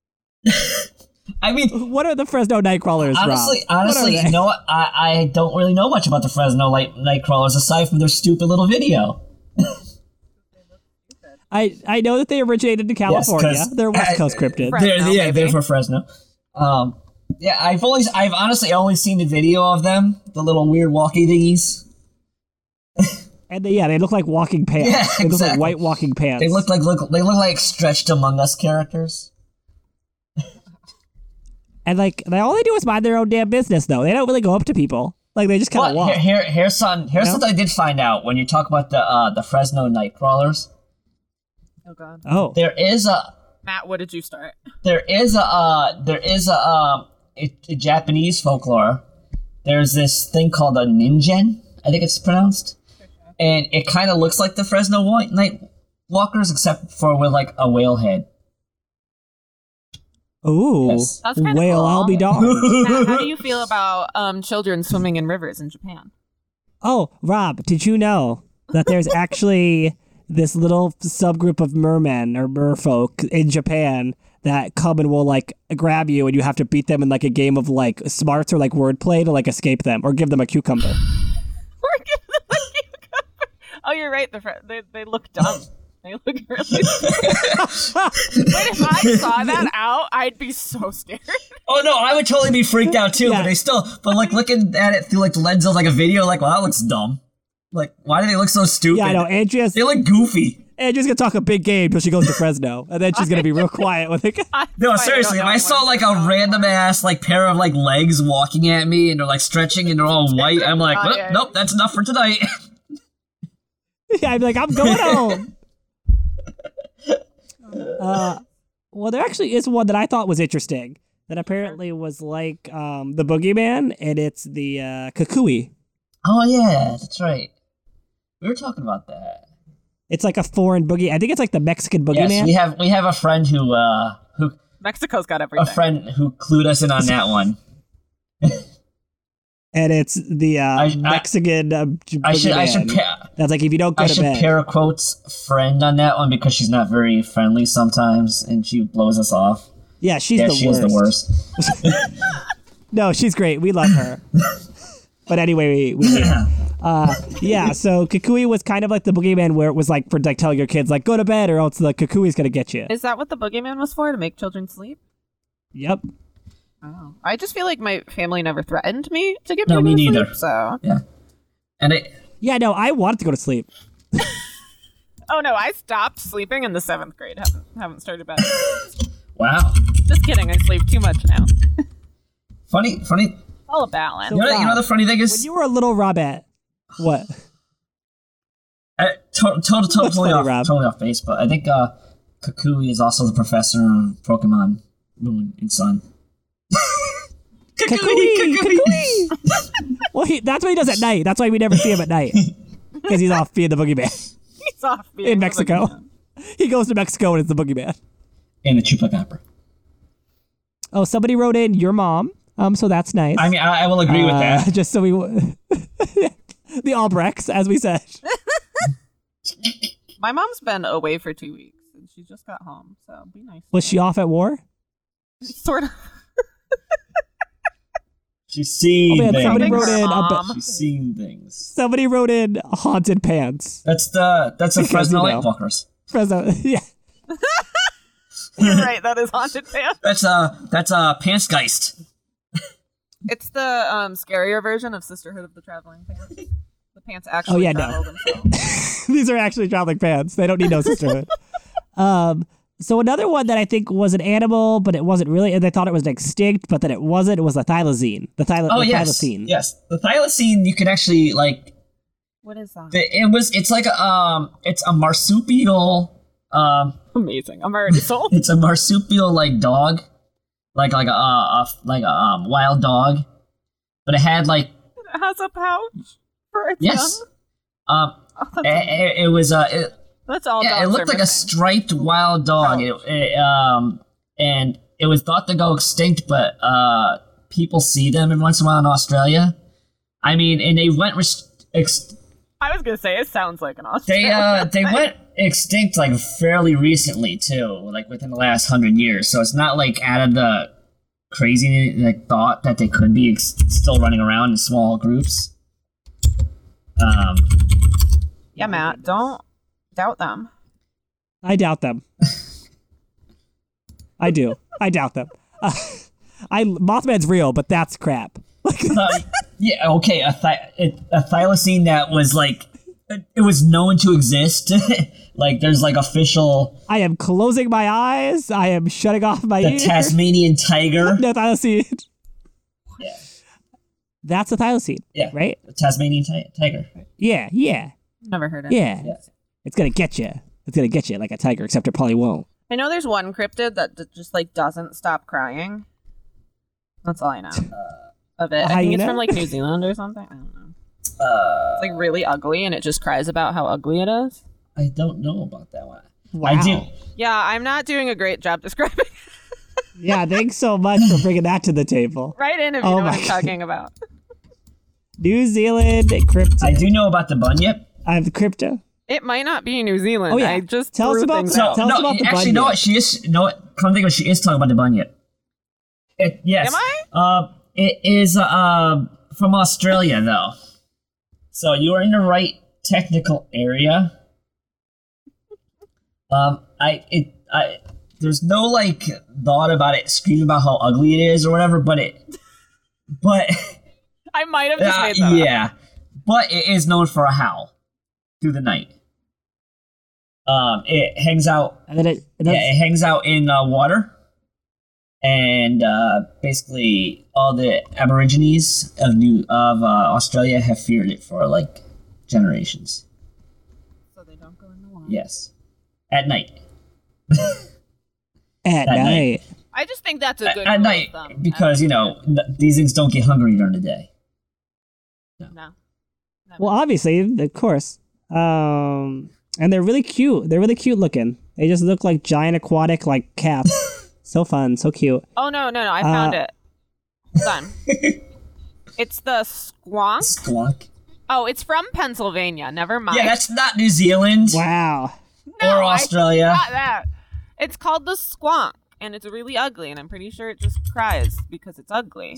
[SPEAKER 4] [laughs] I mean,
[SPEAKER 2] What are the Fresno Nightcrawlers,
[SPEAKER 4] honestly,
[SPEAKER 2] Rob? What are
[SPEAKER 4] honestly,
[SPEAKER 2] they?
[SPEAKER 4] you know, what? I I don't really know much about the Fresno Light Nightcrawlers aside from their stupid little video.
[SPEAKER 2] I I know that they originated in California.
[SPEAKER 4] 'cause-
[SPEAKER 2] They're West Coast
[SPEAKER 4] Uh,
[SPEAKER 2] cryptid.
[SPEAKER 3] Fresno,
[SPEAKER 4] they're, yeah, they're
[SPEAKER 3] maybe.
[SPEAKER 4] for Fresno. Um, yeah, I've always, I've honestly only seen the video of them, the little weird walkie thingies.
[SPEAKER 2] And they, yeah, they look like walking pants.
[SPEAKER 4] Yeah,
[SPEAKER 2] They look like
[SPEAKER 4] exactly.
[SPEAKER 2] white walking pants.
[SPEAKER 4] They look like look, they look like stretched Among Us characters.
[SPEAKER 2] and like they all they do is mind their own damn business though. They don't really go up to people. Like they just kind
[SPEAKER 4] But
[SPEAKER 2] of walk.
[SPEAKER 4] here, here, here's some, here's
[SPEAKER 2] No?
[SPEAKER 4] something I did find out when you talk about the uh, the Fresno Nightcrawlers.
[SPEAKER 3] Oh god.
[SPEAKER 2] Oh,
[SPEAKER 4] There is a
[SPEAKER 3] Matt, what did
[SPEAKER 2] [laughs]
[SPEAKER 3] you start?
[SPEAKER 4] there is a uh, there is a um it, in Japanese folklore. There's this thing called a ninjen, I think it's pronounced, and it kind of looks like the Fresno Wa- Night Walkers, except for with like a whale head.
[SPEAKER 2] ooh,
[SPEAKER 4] Yes.
[SPEAKER 3] That's kinda
[SPEAKER 2] well,
[SPEAKER 3] cool. [laughs]
[SPEAKER 2] I'll be darned.
[SPEAKER 3] Matt, how do you feel about um, children swimming in rivers in Japan?
[SPEAKER 2] oh, Rob, did you know that
[SPEAKER 3] [laughs]
[SPEAKER 2] there's actually this little subgroup of mermen or merfolk in Japan that come and will like grab you, and you have to beat them in like a game of like smarts or like wordplay to like escape them or give them a cucumber.
[SPEAKER 3] [laughs] We're giving them a cucumber. Oh, you're right. The fr- they they look dumb. They look really. [laughs] stupid. Wait, if I saw that out, I'd be so scared. [laughs]
[SPEAKER 4] Oh no, I would totally be freaked out too.
[SPEAKER 2] Yeah.
[SPEAKER 4] But they still, but like looking at it through like the lens of like a video, like well that looks dumb. Like why do they look so stupid?
[SPEAKER 2] Yeah, I know. Andrea's
[SPEAKER 4] They look goofy.
[SPEAKER 2] Andrea's gonna talk a big game till she goes to Fresno, and then she's gonna be real quiet when they.
[SPEAKER 3] I-
[SPEAKER 4] No,
[SPEAKER 3] I don't
[SPEAKER 4] seriously, if
[SPEAKER 3] know
[SPEAKER 4] I saw
[SPEAKER 3] anyone
[SPEAKER 4] like
[SPEAKER 3] from
[SPEAKER 4] a random
[SPEAKER 3] Japan.
[SPEAKER 4] ass like pair of like legs walking at me and they're like stretching and they're all white, I'm like,
[SPEAKER 3] [laughs] Oh,
[SPEAKER 4] nope,
[SPEAKER 3] yeah.
[SPEAKER 4] nope, that's enough for tonight.
[SPEAKER 2] [laughs]
[SPEAKER 4] [laughs]
[SPEAKER 2] Yeah, I'd be like, I'm going home. uh, well, there actually is one that I thought was interesting that apparently was like um, the boogeyman, and it's the uh, Kukui.
[SPEAKER 4] oh yeah, that's right. We were talking about that.
[SPEAKER 2] It's like a foreign boogie. I think it's like the Mexican boogeyman.
[SPEAKER 4] Yes, we have we have a friend who uh who
[SPEAKER 3] Mexico's got
[SPEAKER 4] a
[SPEAKER 3] everything.
[SPEAKER 4] friend who clued us in on
[SPEAKER 2] [laughs]
[SPEAKER 4] that one.
[SPEAKER 2] and it's the uh,
[SPEAKER 4] I- I-
[SPEAKER 2] Mexican uh, j-
[SPEAKER 4] I should I should
[SPEAKER 2] boogeyman.
[SPEAKER 4] pa-
[SPEAKER 2] That's like if you don't go
[SPEAKER 4] I
[SPEAKER 2] to
[SPEAKER 4] should
[SPEAKER 2] bed.
[SPEAKER 4] pair quotes friend on that one because she's not very friendly sometimes, and she blows us off.
[SPEAKER 2] yeah, she's
[SPEAKER 4] Yeah,
[SPEAKER 2] the
[SPEAKER 4] she
[SPEAKER 2] worst.
[SPEAKER 4] is the worst.
[SPEAKER 2] No, she's great. We love
[SPEAKER 4] [laughs]
[SPEAKER 2] her. but anyway, we, we hate her. Uh, yeah, so Kukui was kind of like the boogeyman where it was like for like telling your kids like go to bed or else the Kukui's gonna get you.
[SPEAKER 3] Is that what the boogeyman was for? To make children sleep?
[SPEAKER 2] Yep.
[SPEAKER 3] Oh. I just feel like my family never threatened me to get
[SPEAKER 4] No,
[SPEAKER 3] me
[SPEAKER 4] me
[SPEAKER 3] to
[SPEAKER 4] neither.
[SPEAKER 3] sleep, so
[SPEAKER 4] Yeah, and it,
[SPEAKER 2] Yeah, no, I wanted to go to sleep.
[SPEAKER 3] Oh no, I stopped sleeping in the seventh grade. Haven't, haven't started back.
[SPEAKER 4] wow,
[SPEAKER 3] Just kidding. I sleep too much now. It's
[SPEAKER 4] funny, funny.
[SPEAKER 3] all a balance.
[SPEAKER 4] You know, you know the funny thing
[SPEAKER 2] When
[SPEAKER 4] is,
[SPEAKER 2] you were a little Robette,
[SPEAKER 4] [gasps]
[SPEAKER 2] what?
[SPEAKER 4] uh, to- to- to- totally
[SPEAKER 2] funny,
[SPEAKER 4] off,
[SPEAKER 2] Rob?
[SPEAKER 4] totally off base, but I think uh, Kakui is also the professor of Pokemon Moon and Sun. Kakui,
[SPEAKER 2] Kakui, Kakui.
[SPEAKER 4] [laughs]
[SPEAKER 2] well, he, that's what he does at night. That's why we never see him at night because he's off being the boogeyman [laughs]
[SPEAKER 3] It's off being
[SPEAKER 2] in
[SPEAKER 3] the
[SPEAKER 2] Mexico.
[SPEAKER 3] boogeyman.
[SPEAKER 2] He goes to Mexico and it's the boogeyman.
[SPEAKER 4] and the Chupacabra.
[SPEAKER 2] Oh, somebody wrote in your mom. Um, so that's nice.
[SPEAKER 4] I mean, I, I will agree with
[SPEAKER 2] Uh,
[SPEAKER 4] that.
[SPEAKER 2] [laughs] Just so we, w- the Albrechts, as we said.
[SPEAKER 3] My mom's been away for two weeks and she just got home, so be nice.
[SPEAKER 2] Was she off at war?
[SPEAKER 3] Sort of.
[SPEAKER 4] She's seen
[SPEAKER 2] Oh, man, somebody
[SPEAKER 4] things.
[SPEAKER 2] wrote in. a ba-
[SPEAKER 3] Mom.
[SPEAKER 4] She's seen things.
[SPEAKER 2] somebody wrote in haunted pants.
[SPEAKER 4] That's the that's the
[SPEAKER 2] Because, you
[SPEAKER 4] Fresno
[SPEAKER 2] know.
[SPEAKER 4] Lightwalkers.
[SPEAKER 2] Fresno, [laughs] yeah.
[SPEAKER 3] [laughs] You're right. That is haunted fan.
[SPEAKER 4] That's uh that's uh Pantsgeist.
[SPEAKER 3] It's the um, scarier version of Sisterhood of the Traveling Pants. The pants actually
[SPEAKER 2] Oh, yeah, no.
[SPEAKER 3] travel themselves.
[SPEAKER 2] These are actually traveling pants. They don't need no sisterhood. um, so another one that I think was an animal, but it wasn't really. And they thought it was extinct, but then it wasn't. It was the thylacine. The, thyla-
[SPEAKER 4] Oh
[SPEAKER 2] the
[SPEAKER 4] yes,
[SPEAKER 2] thylacine.
[SPEAKER 4] yes. The thylacine you can actually like.
[SPEAKER 3] What is that?
[SPEAKER 4] the- It was it's like a um it's a marsupial um
[SPEAKER 3] [laughs] Amazing. I'm already sold. [laughs]
[SPEAKER 4] it's a marsupial like dog, like like a, uh, a like a um, wild dog, but it had like
[SPEAKER 3] it has a pouch for its
[SPEAKER 4] yes,
[SPEAKER 3] young. [laughs]
[SPEAKER 4] um
[SPEAKER 3] Oh, that's,
[SPEAKER 4] it, it- it was uh it,
[SPEAKER 3] that's all.
[SPEAKER 4] yeah, it
[SPEAKER 3] dogs
[SPEAKER 4] looked
[SPEAKER 3] are
[SPEAKER 4] like a
[SPEAKER 3] missing.
[SPEAKER 4] striped wild dog. It, it, um, and it was thought to go extinct, but uh, people see them every once in a while in Australia. I mean, and they went rest- ex-
[SPEAKER 3] I was gonna say it sounds like an ostrich.
[SPEAKER 2] [laughs]
[SPEAKER 4] they uh, they went extinct like fairly recently too, like within the last hundred years. So it's not like out of the crazy like thought that they could be ex- still running around in small groups. Um,
[SPEAKER 3] yeah, Matt. Don't doubt them.
[SPEAKER 2] I doubt them. I do. I doubt them. [laughs] Uh, I Mothman's real, but that's crap.
[SPEAKER 4] Um, [laughs] yeah, okay, a, thi- it, a thylacine that was like it, it was known to exist. [laughs] like there's like official
[SPEAKER 2] I am closing my eyes. I am shutting off my [laughs]
[SPEAKER 4] the
[SPEAKER 2] ears.
[SPEAKER 4] Tasmanian tiger.
[SPEAKER 2] [laughs] No thylacine.
[SPEAKER 4] Yeah.
[SPEAKER 2] That's the thylacine,
[SPEAKER 4] Yeah,
[SPEAKER 2] right?
[SPEAKER 4] the Tasmanian ti- tiger.
[SPEAKER 2] Yeah, yeah,
[SPEAKER 3] Never heard it.
[SPEAKER 2] yeah.
[SPEAKER 4] Yeah.
[SPEAKER 2] It's gonna get you. It's gonna get you like a tiger, except it probably won't.
[SPEAKER 3] I know there's one cryptid that d- just like doesn't stop crying. That's all
[SPEAKER 2] [laughs]
[SPEAKER 3] I know uh, of it.
[SPEAKER 2] a
[SPEAKER 3] I think it's
[SPEAKER 2] hyena?
[SPEAKER 3] from like New Zealand or something. I don't know.
[SPEAKER 4] Uh,
[SPEAKER 3] It's like really ugly, and it just cries about how ugly it is.
[SPEAKER 4] I don't know about that one.
[SPEAKER 2] Wow.
[SPEAKER 4] I do.
[SPEAKER 3] Yeah, I'm not doing a great job describing. [laughs]
[SPEAKER 2] Yeah, thanks so much for bringing that to the table.
[SPEAKER 3] right in if you
[SPEAKER 2] Oh
[SPEAKER 3] know
[SPEAKER 2] my
[SPEAKER 3] what
[SPEAKER 2] God.
[SPEAKER 3] I'm
[SPEAKER 2] [laughs]
[SPEAKER 3] talking about.
[SPEAKER 2] New Zealand crypto.
[SPEAKER 4] I do know about the bunyip.
[SPEAKER 2] I have crypto.
[SPEAKER 3] It might not be New Zealand.
[SPEAKER 2] Oh, yeah.
[SPEAKER 3] I just
[SPEAKER 2] Tell us
[SPEAKER 3] threw
[SPEAKER 2] about
[SPEAKER 3] things
[SPEAKER 2] that.
[SPEAKER 3] out.
[SPEAKER 4] No,
[SPEAKER 2] Tell us
[SPEAKER 4] no,
[SPEAKER 2] about the
[SPEAKER 4] actually, no.
[SPEAKER 2] bunyip.
[SPEAKER 4] What she is no. what- Come to think of it, she is talking about the bunyip. It yes.
[SPEAKER 3] Am I?
[SPEAKER 4] Uh, it is uh, um, from Australia though, so you are in the right technical area. Um, I it I there's no like thought about it screaming about how ugly it is or whatever, but it but
[SPEAKER 3] [laughs] [laughs] I might have just
[SPEAKER 4] uh,
[SPEAKER 3] made that up.
[SPEAKER 4] [laughs] yeah, but it is known for a howl through the night. Um, it hangs out
[SPEAKER 2] And then it. and
[SPEAKER 4] yeah,
[SPEAKER 2] that's-
[SPEAKER 4] it hangs out in uh, water, and uh, basically all the Aborigines of New of uh, Australia have feared it for like generations.
[SPEAKER 3] So they don't go in the water.
[SPEAKER 4] Yes, at night.
[SPEAKER 2] at
[SPEAKER 4] at
[SPEAKER 2] night.
[SPEAKER 4] night.
[SPEAKER 3] I just think that's a
[SPEAKER 4] At,
[SPEAKER 3] good
[SPEAKER 4] at
[SPEAKER 3] rule
[SPEAKER 4] night,
[SPEAKER 3] of thumb.
[SPEAKER 4] because you know n- these things don't get hungry during the day.
[SPEAKER 3] no.
[SPEAKER 2] Well, obviously, of course. Um, and they're really cute. They're really cute looking. They just look like giant aquatic like cats. so fun, so cute.
[SPEAKER 3] Oh no, no, no! I found
[SPEAKER 2] Uh,
[SPEAKER 4] [laughs]
[SPEAKER 3] it. Hold on. it's the squonk.
[SPEAKER 4] Squonk.
[SPEAKER 3] Oh, it's from Pennsylvania. Never mind.
[SPEAKER 4] Yeah, that's not New Zealand
[SPEAKER 2] Wow.
[SPEAKER 3] No,
[SPEAKER 4] or
[SPEAKER 3] I
[SPEAKER 4] Australia.
[SPEAKER 3] forgot that. It's called the squonk, and it's really ugly, and I'm pretty sure it just cries because it's ugly.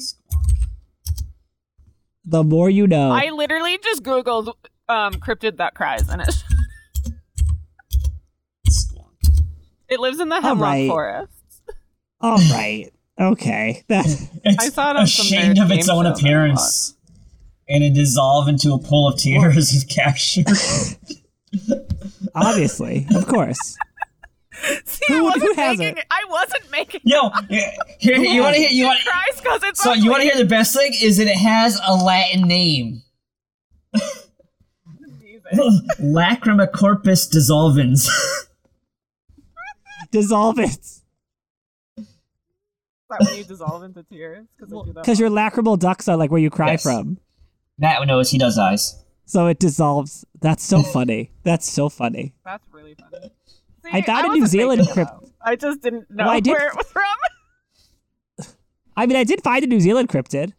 [SPEAKER 2] The more you know.
[SPEAKER 3] I literally just googled um, cryptid that cries, and it it lives in the hemlock
[SPEAKER 2] right.
[SPEAKER 3] forest.
[SPEAKER 2] All right. Okay. That
[SPEAKER 3] I
[SPEAKER 4] It's
[SPEAKER 3] saw it on some
[SPEAKER 4] ashamed
[SPEAKER 3] nerd
[SPEAKER 4] of its
[SPEAKER 3] game
[SPEAKER 4] own
[SPEAKER 3] show that I
[SPEAKER 4] appearance. And it dissolve into a pool of tears of [laughs] capture.
[SPEAKER 2] obviously, of course.
[SPEAKER 3] See,
[SPEAKER 2] [laughs] Who-
[SPEAKER 3] I
[SPEAKER 2] who
[SPEAKER 3] wasn't
[SPEAKER 2] has
[SPEAKER 3] making
[SPEAKER 2] it?
[SPEAKER 3] it. I
[SPEAKER 2] [laughs]
[SPEAKER 3] wasn't making it.
[SPEAKER 4] Yo, here, you want to hear? You want?
[SPEAKER 3] It cries because it's
[SPEAKER 4] So
[SPEAKER 3] ugly.
[SPEAKER 4] you want to hear the best thing is that it has a Latin name. [laughs] Lacrima corpus dissolvens. [laughs]
[SPEAKER 2] Dissolve it.
[SPEAKER 3] Is that when you dissolve into tears? Because I do that.
[SPEAKER 2] Because your lacrimal ducts are like where you cry
[SPEAKER 4] Yes.
[SPEAKER 2] from.
[SPEAKER 4] Matt knows he does eyes.
[SPEAKER 2] So it dissolves. That's
[SPEAKER 4] [laughs]
[SPEAKER 2] so funny. That's so funny.
[SPEAKER 3] That's really funny. See,
[SPEAKER 2] I found a New
[SPEAKER 3] wasn't
[SPEAKER 2] Zealand
[SPEAKER 3] making it
[SPEAKER 2] crypt-
[SPEAKER 3] up. I just didn't know
[SPEAKER 2] Well, I did-
[SPEAKER 3] where it was from. [laughs]
[SPEAKER 2] I mean, I did find a New Zealand cryptid.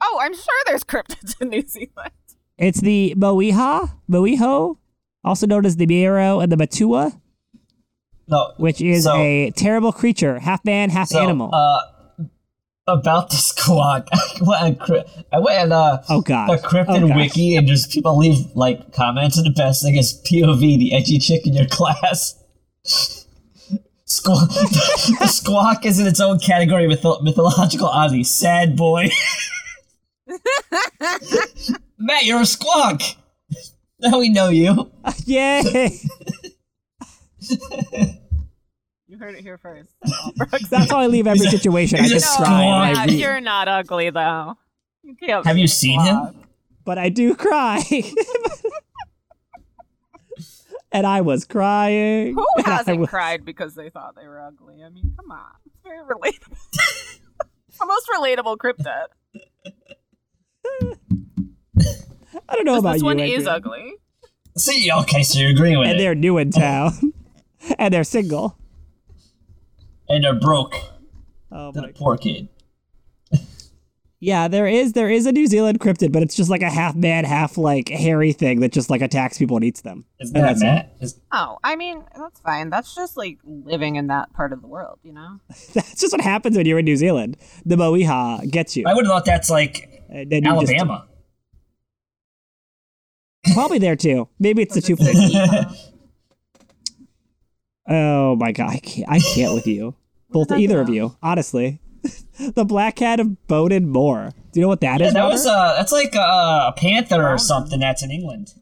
[SPEAKER 3] Oh, I'm sure there's cryptids in New Zealand.
[SPEAKER 2] It's the Moiha, Moiho, also known as the Miro and the Matua,
[SPEAKER 4] No,
[SPEAKER 2] which is
[SPEAKER 4] So-
[SPEAKER 2] a terrible creature, half man, half
[SPEAKER 4] so,
[SPEAKER 2] animal.
[SPEAKER 4] Uh, about the squawk, [laughs] I went on, cri- I went on uh,
[SPEAKER 2] Oh, God.
[SPEAKER 4] the Krypton
[SPEAKER 2] Oh, God.
[SPEAKER 4] wiki and just people leave like comments, and the best thing is POV, the edgy chick in your [laughs] class. Squawk, [laughs] the squawk is in its own category of mytho- mythological oddity. Sad boy. Matt, you're a squawk. Now we know you.
[SPEAKER 2] [laughs] Yay!
[SPEAKER 3] You heard it here first.
[SPEAKER 2] That's how I leave every situation. I
[SPEAKER 4] he's a
[SPEAKER 2] just cry. and I
[SPEAKER 4] squawk.
[SPEAKER 2] re-
[SPEAKER 3] you're not ugly though. You can't
[SPEAKER 4] Have you
[SPEAKER 3] be
[SPEAKER 4] seen him?
[SPEAKER 2] but I do
[SPEAKER 3] [laughs]
[SPEAKER 2] cry. [laughs] and I was crying.
[SPEAKER 3] Who
[SPEAKER 2] And [laughs] I
[SPEAKER 3] hasn't
[SPEAKER 2] was-
[SPEAKER 3] cried because they thought they were ugly? I mean, come on. It's very relatable. [laughs] the most relatable cryptid.
[SPEAKER 2] I don't know about
[SPEAKER 3] This
[SPEAKER 2] you.
[SPEAKER 3] one
[SPEAKER 2] Andrew.
[SPEAKER 3] is ugly.
[SPEAKER 4] See, okay, so you're agreeing with
[SPEAKER 2] And
[SPEAKER 4] it.
[SPEAKER 2] they're new in town. [laughs] and they're single.
[SPEAKER 4] and they're broke.
[SPEAKER 2] Oh
[SPEAKER 4] The
[SPEAKER 2] my.
[SPEAKER 4] poor kid.
[SPEAKER 2] Yeah, there is there is a New Zealand cryptid, but it's just like a half man, half like hairy thing that just like attacks people and eats them. [laughs]
[SPEAKER 4] Is
[SPEAKER 2] And
[SPEAKER 4] that
[SPEAKER 2] that's it.
[SPEAKER 4] Matt? Is-
[SPEAKER 3] Oh, I mean, that's fine. That's just like living in that part of the world, you know?
[SPEAKER 2] That's just what happens when you're in New Zealand. The Moiha gets you.
[SPEAKER 4] I would have thought that's like
[SPEAKER 2] and then you just-
[SPEAKER 4] Alabama.
[SPEAKER 2] [laughs] probably there too. Maybe it's the
[SPEAKER 4] [laughs]
[SPEAKER 2] two places. [laughs] Oh my god, I can't, I can't with you. Both either of you, honestly. [laughs] the black cat of Bowden Moore. Do you know what that is?
[SPEAKER 4] that
[SPEAKER 2] Robert?
[SPEAKER 4] was uh, that's like uh, a panther or something that's in England.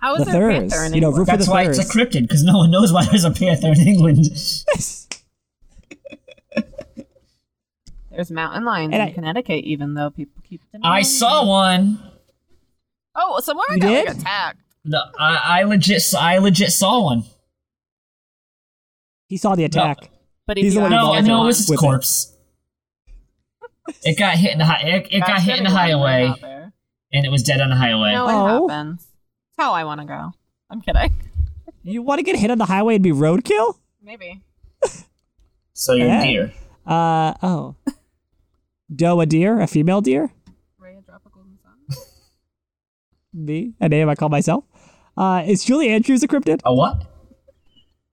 [SPEAKER 3] How
[SPEAKER 2] the
[SPEAKER 3] is there
[SPEAKER 2] Thurs.
[SPEAKER 3] panther in
[SPEAKER 2] You know,
[SPEAKER 3] England?
[SPEAKER 2] Rue for the
[SPEAKER 4] That's why
[SPEAKER 2] Thurs.
[SPEAKER 4] it's a cryptid because no one knows why there's a panther in England.
[SPEAKER 3] There's mountain lions
[SPEAKER 2] And
[SPEAKER 3] in
[SPEAKER 2] I-
[SPEAKER 3] Connecticut, even though people keep denying
[SPEAKER 4] I
[SPEAKER 3] it.
[SPEAKER 4] saw one.
[SPEAKER 3] Oh, someone
[SPEAKER 2] You
[SPEAKER 3] got like,
[SPEAKER 2] did?
[SPEAKER 3] attacked.
[SPEAKER 4] No, I, I legit, I legit saw one.
[SPEAKER 2] he saw the attack.
[SPEAKER 3] But if
[SPEAKER 2] He's
[SPEAKER 3] you
[SPEAKER 2] the one
[SPEAKER 3] ask
[SPEAKER 4] No,
[SPEAKER 2] involved
[SPEAKER 3] anyone-
[SPEAKER 4] no, it was his
[SPEAKER 2] With it.
[SPEAKER 4] corpse. It got hit in the hi- it, it got
[SPEAKER 3] That's
[SPEAKER 4] hit in the
[SPEAKER 3] getting lonely
[SPEAKER 4] highway
[SPEAKER 3] out there.
[SPEAKER 4] and it was dead on the highway.
[SPEAKER 3] No, it
[SPEAKER 2] Oh.
[SPEAKER 3] happens. That's how I want to go. I'm kidding.
[SPEAKER 2] You want to get hit on the highway and be roadkill?
[SPEAKER 3] Maybe.
[SPEAKER 4] So you're
[SPEAKER 2] Yeah.
[SPEAKER 4] a deer.
[SPEAKER 2] Uh oh. Doe a deer, a female deer?
[SPEAKER 3] Ray, drop a golden sun.
[SPEAKER 2] Me, a name I call myself. Uh, is Julie Andrews a cryptid?
[SPEAKER 4] A what?
[SPEAKER 3] [laughs]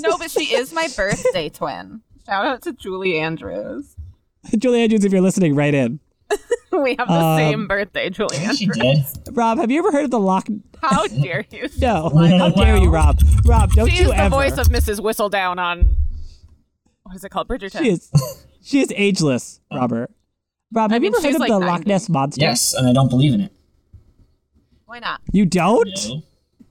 [SPEAKER 3] No, but she is my birthday twin. Shout out to Julie Andrews.
[SPEAKER 2] [laughs]
[SPEAKER 3] [laughs]
[SPEAKER 2] Julie Andrews, if you're listening, right in.
[SPEAKER 3] We have the
[SPEAKER 2] Um,
[SPEAKER 3] same birthday, Julie
[SPEAKER 4] She
[SPEAKER 3] Andrews.
[SPEAKER 4] did.
[SPEAKER 2] Rob, have you ever heard of the Loch?
[SPEAKER 3] How dare you?
[SPEAKER 2] [laughs] No,
[SPEAKER 4] Like,
[SPEAKER 2] how dare you,
[SPEAKER 4] wow.
[SPEAKER 2] Rob? Rob, don't
[SPEAKER 3] She is
[SPEAKER 2] you
[SPEAKER 3] the
[SPEAKER 2] ever?
[SPEAKER 3] voice of Mrs. Whistledown on what is it called, Bridgerton?
[SPEAKER 2] She is, she is ageless, Robert. Rob,
[SPEAKER 3] I
[SPEAKER 2] have
[SPEAKER 3] mean,
[SPEAKER 2] you ever heard
[SPEAKER 3] she's
[SPEAKER 2] of
[SPEAKER 3] like
[SPEAKER 2] the
[SPEAKER 3] 90.
[SPEAKER 2] Loch Ness monster?
[SPEAKER 4] Yes, and I don't believe in it.
[SPEAKER 3] Why not?
[SPEAKER 2] You don't?
[SPEAKER 4] No.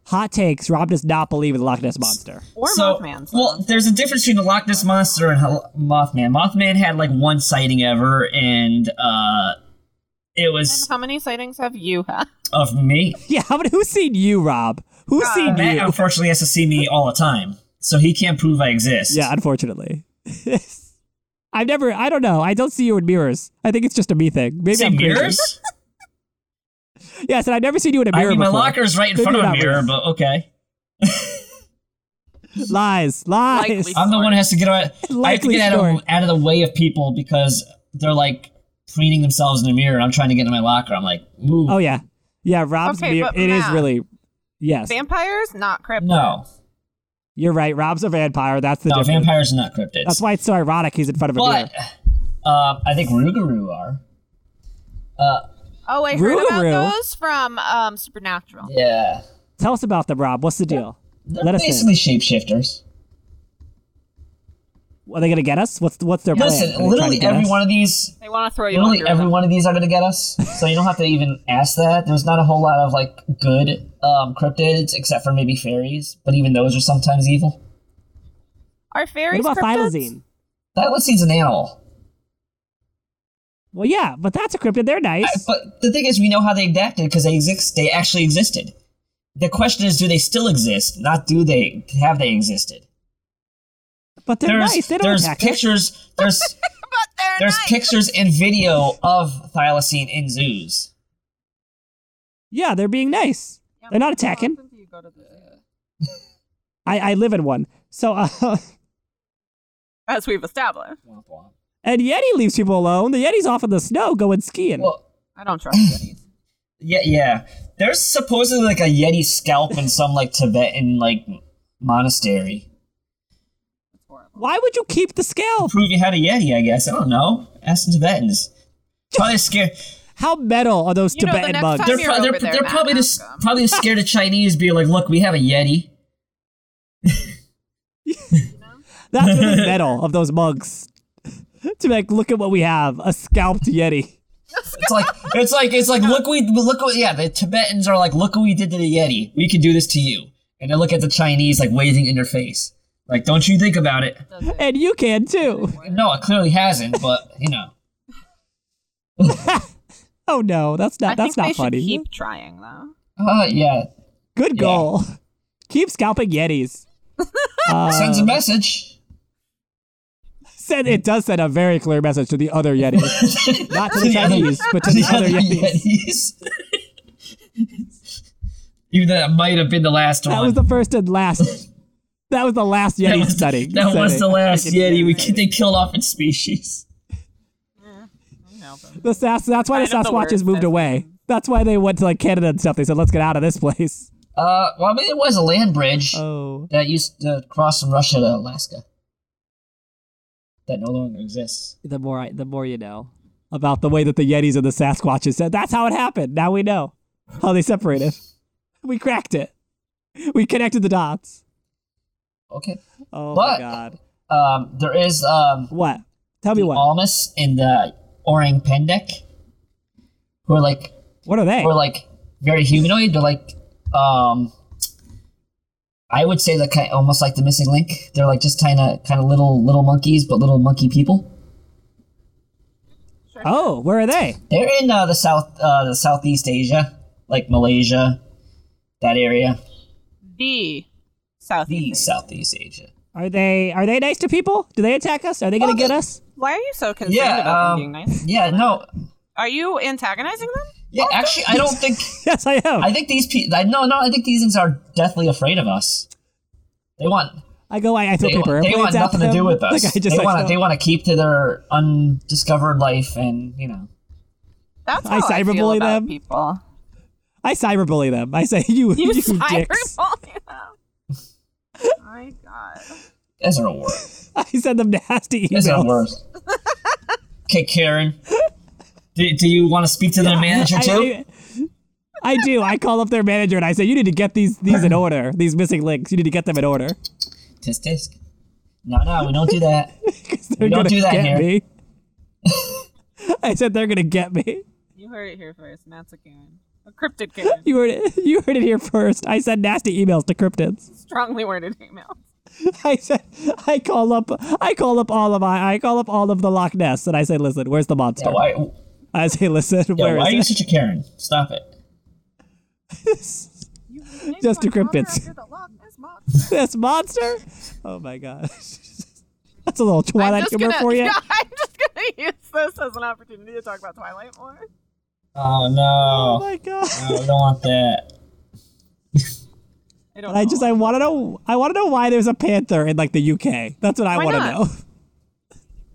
[SPEAKER 2] Hot takes. Rob does not believe in the Loch Ness monster. [laughs]
[SPEAKER 3] Or
[SPEAKER 4] So,
[SPEAKER 3] Mothman.
[SPEAKER 4] well, there's a difference between the Loch Ness monster and Hel- Mothman. Mothman had like one sighting ever, and uh, it was
[SPEAKER 3] how many sightings have you had?
[SPEAKER 4] of me.
[SPEAKER 2] Yeah, but who's seen you, Rob? Who's
[SPEAKER 3] Uh,
[SPEAKER 2] seen
[SPEAKER 4] Matt
[SPEAKER 2] you?
[SPEAKER 4] unfortunately has to see me all the time, so he can't prove I
[SPEAKER 3] [laughs]
[SPEAKER 4] exist.
[SPEAKER 2] Yeah, unfortunately. [laughs] I've never. I don't know. I don't see you in mirrors. I think it's just a me thing. Maybe
[SPEAKER 4] See
[SPEAKER 2] I'm crazy.
[SPEAKER 4] mirrors.
[SPEAKER 2] Yes, and I've never seen you in a
[SPEAKER 4] I
[SPEAKER 2] mirror
[SPEAKER 4] mean, my
[SPEAKER 2] before.
[SPEAKER 4] locker's right in
[SPEAKER 2] Maybe
[SPEAKER 4] front of a
[SPEAKER 2] not
[SPEAKER 4] mirror,
[SPEAKER 2] real.
[SPEAKER 4] but okay.
[SPEAKER 2] Lies, lies.
[SPEAKER 3] Likely.
[SPEAKER 4] I'm the one who has to get out. I have to
[SPEAKER 2] Likely
[SPEAKER 4] get out
[SPEAKER 2] story.
[SPEAKER 4] of, out of the way of people because they're like preening themselves in the mirror, and I'm trying to get into my locker. I'm like, move.
[SPEAKER 2] Oh yeah, yeah. Rob's
[SPEAKER 3] Okay,
[SPEAKER 2] mirror.
[SPEAKER 3] but
[SPEAKER 2] It is
[SPEAKER 3] Matt-
[SPEAKER 2] really. Yes,
[SPEAKER 3] Vampires, not cryptids.
[SPEAKER 4] no,
[SPEAKER 2] you're right. Rob's a vampire. That's the
[SPEAKER 4] no,
[SPEAKER 2] difference.
[SPEAKER 4] vampires are not cryptids.
[SPEAKER 2] That's why it's so ironic. He's in front of a mirror.
[SPEAKER 4] but uh, I think Rougarou are.
[SPEAKER 3] Oh, I heard
[SPEAKER 2] Rougarou?
[SPEAKER 3] about those from um, Supernatural.
[SPEAKER 4] Yeah,
[SPEAKER 2] Tell us about them, Rob. What's the deal?
[SPEAKER 4] they're
[SPEAKER 2] Let us in.
[SPEAKER 4] basically shapeshifters.
[SPEAKER 2] Are they gonna get us? What's what's their plan? Are
[SPEAKER 4] Listen,
[SPEAKER 2] they trying to
[SPEAKER 4] literally
[SPEAKER 2] get
[SPEAKER 4] every
[SPEAKER 2] us?
[SPEAKER 4] one of these
[SPEAKER 3] They want to throw you
[SPEAKER 4] Literally
[SPEAKER 3] under.
[SPEAKER 4] every
[SPEAKER 3] them.
[SPEAKER 4] one of these are going to get us, so you don't have to even ask that. There's not a whole lot of like good um, cryptids, except for maybe fairies, but even those are sometimes evil.
[SPEAKER 3] Are fairies
[SPEAKER 2] What about
[SPEAKER 3] cryptids?
[SPEAKER 2] thylazine?
[SPEAKER 4] Thylacine's an animal,
[SPEAKER 2] Well, yeah, but that's a cryptid. They're nice.
[SPEAKER 4] but the thing is, we know how they adapted because they exist. They actually existed. The question is, do they still exist? Not do they have they existed?
[SPEAKER 2] but they're
[SPEAKER 4] there's
[SPEAKER 2] nice. They don't
[SPEAKER 4] there's
[SPEAKER 2] attack. us.
[SPEAKER 4] pictures.
[SPEAKER 2] [laughs]
[SPEAKER 4] There's
[SPEAKER 3] [laughs] But they're
[SPEAKER 4] there's
[SPEAKER 3] nice.
[SPEAKER 4] pictures and video of thylacine in zoos.
[SPEAKER 2] Yeah, they're being nice. They're not attacking. I, I live in one. So, uh, [laughs]
[SPEAKER 3] uh, As we've established.
[SPEAKER 4] Womp womp.
[SPEAKER 2] and Yeti leaves people alone. The Yeti's off in the snow going skiing.
[SPEAKER 4] Well,
[SPEAKER 3] I don't trust Yetis.
[SPEAKER 4] Yeah, yeah. There's supposedly like a Yeti scalp in some like Tibetan like monastery.
[SPEAKER 3] It's horrible.
[SPEAKER 2] Why would you keep the
[SPEAKER 3] Oh.
[SPEAKER 2] scalp?
[SPEAKER 4] Prove you had a Yeti, I guess. I don't know. Ask the Tibetans.
[SPEAKER 3] [laughs]
[SPEAKER 4] Probably scared.
[SPEAKER 2] How metal are those
[SPEAKER 3] You know, the
[SPEAKER 2] Tibetan
[SPEAKER 3] next
[SPEAKER 2] monks?
[SPEAKER 3] time- Come
[SPEAKER 4] They're, pro-
[SPEAKER 3] here
[SPEAKER 4] they're,
[SPEAKER 3] over there,
[SPEAKER 4] they're
[SPEAKER 3] Matt,
[SPEAKER 4] probably just
[SPEAKER 3] ask 'em.
[SPEAKER 4] probably scared of Chinese. Be like, look, we have a Yeti.
[SPEAKER 2] That's really
[SPEAKER 3] [laughs]
[SPEAKER 2] metal of those monks. [laughs] to be like, look at what we have a scalped Yeti.
[SPEAKER 4] It's like it's like it's like look we look what yeah the Tibetans are like look what we did to the Yeti. We can do this to you. And they look at the Chinese like waving in their face. Like, don't you think about it?
[SPEAKER 2] And you can too.
[SPEAKER 4] No, it clearly hasn't. But you know,
[SPEAKER 2] Oh no, that's
[SPEAKER 3] I
[SPEAKER 2] not that's
[SPEAKER 3] think they
[SPEAKER 2] not
[SPEAKER 3] should
[SPEAKER 2] funny.
[SPEAKER 3] keep trying though.
[SPEAKER 4] uh, yeah,
[SPEAKER 2] Good goal. Keep scalping Yetis. Uh,
[SPEAKER 4] sends a message.
[SPEAKER 2] send, it does send a very clear message to the other
[SPEAKER 3] [laughs]
[SPEAKER 2] Yetis. not to the Chinese, but
[SPEAKER 4] [laughs]
[SPEAKER 2] to the other Yetis.
[SPEAKER 4] Yetis. Even though that might have been the last
[SPEAKER 2] That
[SPEAKER 4] one.
[SPEAKER 2] was the first and last. That was the last Yeti
[SPEAKER 4] [laughs] that was,
[SPEAKER 2] [laughs] study.
[SPEAKER 4] that was
[SPEAKER 2] study.
[SPEAKER 4] the last Yeti. We they killed off its species. [laughs]
[SPEAKER 2] The Sas- that's why the
[SPEAKER 3] Kind of the
[SPEAKER 2] Sasquatches
[SPEAKER 3] worst
[SPEAKER 2] moved
[SPEAKER 3] that-
[SPEAKER 2] away. That's why they went to like Canada and stuff. They said, "Let's get out of this place."
[SPEAKER 4] Uh, well, I mean, it was a land bridge
[SPEAKER 2] [laughs] Oh,
[SPEAKER 4] that used to cross from Russia to Alaska. That no longer exists.
[SPEAKER 2] the more I, the more you know about the way that the Yetis and the Sasquatches said. That's how it happened. Now we know how they separated. [laughs] We cracked it. We connected the dots.
[SPEAKER 4] Okay.
[SPEAKER 2] Oh my
[SPEAKER 4] But-
[SPEAKER 2] god!
[SPEAKER 4] Um, there is um,
[SPEAKER 2] What? Tell me
[SPEAKER 4] the
[SPEAKER 2] what?
[SPEAKER 4] Almas and the Orang Pendek, who are like
[SPEAKER 2] What are they?
[SPEAKER 4] or like very humanoid, but like um, I would say that kind almost like the missing link. They're like just kind of kind of little little monkeys, but little monkey people.
[SPEAKER 2] Oh, where are they?
[SPEAKER 4] They're in uh, the south uh, the Southeast Asia, like Malaysia, that area.
[SPEAKER 3] The South.
[SPEAKER 4] The Southeast Asia.
[SPEAKER 2] Are they are they nice to people? Do they attack us? Are they gonna
[SPEAKER 4] Oh,
[SPEAKER 2] get
[SPEAKER 4] they-
[SPEAKER 2] us? [laughs]
[SPEAKER 3] Why are you so concerned
[SPEAKER 4] Yeah,
[SPEAKER 3] about them
[SPEAKER 4] um,
[SPEAKER 3] being nice?
[SPEAKER 4] Yeah, no,
[SPEAKER 3] Are you antagonizing them?
[SPEAKER 4] yeah. Actually, I don't
[SPEAKER 2] [laughs]
[SPEAKER 4] think
[SPEAKER 2] Yes, I am.
[SPEAKER 4] I
[SPEAKER 2] I,
[SPEAKER 4] think these people. No, no, I think these things are deathly afraid of us. They want
[SPEAKER 2] go. I, I throw
[SPEAKER 4] they,
[SPEAKER 2] paper
[SPEAKER 4] they
[SPEAKER 2] airplanes
[SPEAKER 4] want
[SPEAKER 2] at
[SPEAKER 4] nothing
[SPEAKER 2] them.
[SPEAKER 4] to do with
[SPEAKER 2] [laughs]
[SPEAKER 4] us.
[SPEAKER 2] Like, I just
[SPEAKER 4] they
[SPEAKER 2] like,
[SPEAKER 4] want
[SPEAKER 2] throw-
[SPEAKER 4] to they want to keep to their undiscovered life, and you know.
[SPEAKER 3] That's
[SPEAKER 2] I
[SPEAKER 3] how I, feel
[SPEAKER 2] cyberbully
[SPEAKER 3] about
[SPEAKER 2] them.
[SPEAKER 3] people.
[SPEAKER 2] I cyberbully them. I say you, [laughs] you,
[SPEAKER 3] You
[SPEAKER 2] dicks. [laughs]
[SPEAKER 3] cyberbully [laughs] them. My God.
[SPEAKER 4] That's
[SPEAKER 2] [laughs]
[SPEAKER 4] not worse.
[SPEAKER 2] I send them nasty
[SPEAKER 4] That's not
[SPEAKER 2] [laughs] emails.
[SPEAKER 4] worse. okay, Karen. Do, do you want to speak to the manager too?
[SPEAKER 2] I, I, I do. I call up their manager and I say, "You need to get these these in order. These missing links. You need to get them in order [laughs]
[SPEAKER 4] Tisk tisk. No, no, we don't
[SPEAKER 2] [laughs]
[SPEAKER 4] do that.
[SPEAKER 2] because they're
[SPEAKER 4] don't
[SPEAKER 2] gonna
[SPEAKER 4] do that
[SPEAKER 2] get
[SPEAKER 4] here. [laughs]
[SPEAKER 2] me." I said they're gonna get me.
[SPEAKER 3] You heard it here first. Matt's a Karen. A cryptid Karen.
[SPEAKER 2] You heard it. You heard it here first. I send nasty emails to cryptids. [laughs]
[SPEAKER 3] Strongly worded email.
[SPEAKER 2] I said I call up. I call up all of my. I call up all of the Loch Ness and I say, "Listen, where's the monster?"
[SPEAKER 4] Yeah, why, yeah,
[SPEAKER 2] I say, "Listen, where
[SPEAKER 4] why
[SPEAKER 2] is
[SPEAKER 4] are you
[SPEAKER 2] it?"
[SPEAKER 4] such a Karen? Stop it.
[SPEAKER 2] Just to cryptids. [laughs] this monster? Oh my gosh. [laughs] That's a little
[SPEAKER 3] I'm
[SPEAKER 2] Twilight
[SPEAKER 3] just
[SPEAKER 2] humor
[SPEAKER 3] gonna,
[SPEAKER 2] for you.
[SPEAKER 3] [laughs] Yeah, I'm just gonna use this as an opportunity to talk about Twilight more.
[SPEAKER 4] Oh
[SPEAKER 2] Oh
[SPEAKER 4] no.
[SPEAKER 2] my god.
[SPEAKER 4] No, we don't
[SPEAKER 2] [laughs]
[SPEAKER 4] want that.
[SPEAKER 3] I don't.
[SPEAKER 2] I just I want to know I want to know why there's a [laughs] panther in like the UK. That's what I
[SPEAKER 3] Why
[SPEAKER 2] want to
[SPEAKER 3] not?
[SPEAKER 2] know.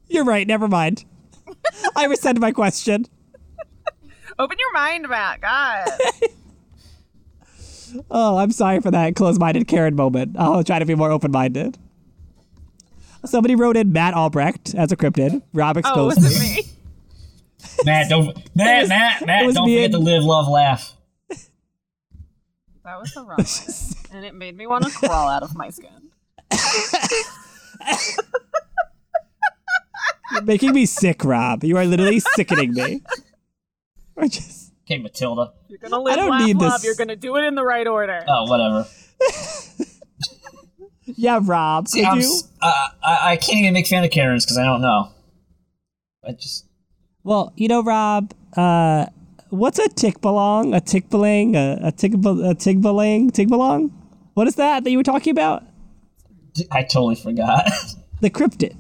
[SPEAKER 2] You're right. Never mind. I rescind my question.
[SPEAKER 3] Open your mind,
[SPEAKER 2] [laughs]
[SPEAKER 3] Matt. God.
[SPEAKER 2] Oh, I'm sorry for that closed-minded Karen moment. I'll try to be more open-minded. Somebody wrote in Matt Albrecht as a cryptid. Rob
[SPEAKER 3] Oh,
[SPEAKER 2] exposed
[SPEAKER 3] was it me?
[SPEAKER 4] Matt, don't Matt, Matt, Matt,
[SPEAKER 2] was
[SPEAKER 4] don't
[SPEAKER 2] me
[SPEAKER 4] forget
[SPEAKER 2] and-
[SPEAKER 4] to live, love, laugh.
[SPEAKER 3] That was
[SPEAKER 2] [laughs]
[SPEAKER 3] the wrong one. And it made me want to crawl out of my skin.
[SPEAKER 2] You're making me sick, Rob. You are literally sickening me. [laughs] Or just
[SPEAKER 4] Okay, Matilda.
[SPEAKER 3] You're gonna live,
[SPEAKER 2] don't
[SPEAKER 3] laugh,
[SPEAKER 2] need
[SPEAKER 3] love.
[SPEAKER 2] this.
[SPEAKER 3] You're gonna do it in the right order.
[SPEAKER 4] Oh, whatever.
[SPEAKER 2] yeah, Rob.
[SPEAKER 4] See,
[SPEAKER 2] could
[SPEAKER 4] I'm,
[SPEAKER 2] you?
[SPEAKER 4] s- uh, I I can't even make fun of Karens because I don't know. I just
[SPEAKER 2] Well, you know, Rob. Uh, what's a tick belong? A tick belong? A, a tick a tick belong? Tick belong? What is that that you were talking about?
[SPEAKER 4] I totally forgot. [laughs]
[SPEAKER 2] The
[SPEAKER 3] [laughs]
[SPEAKER 2] cryptid.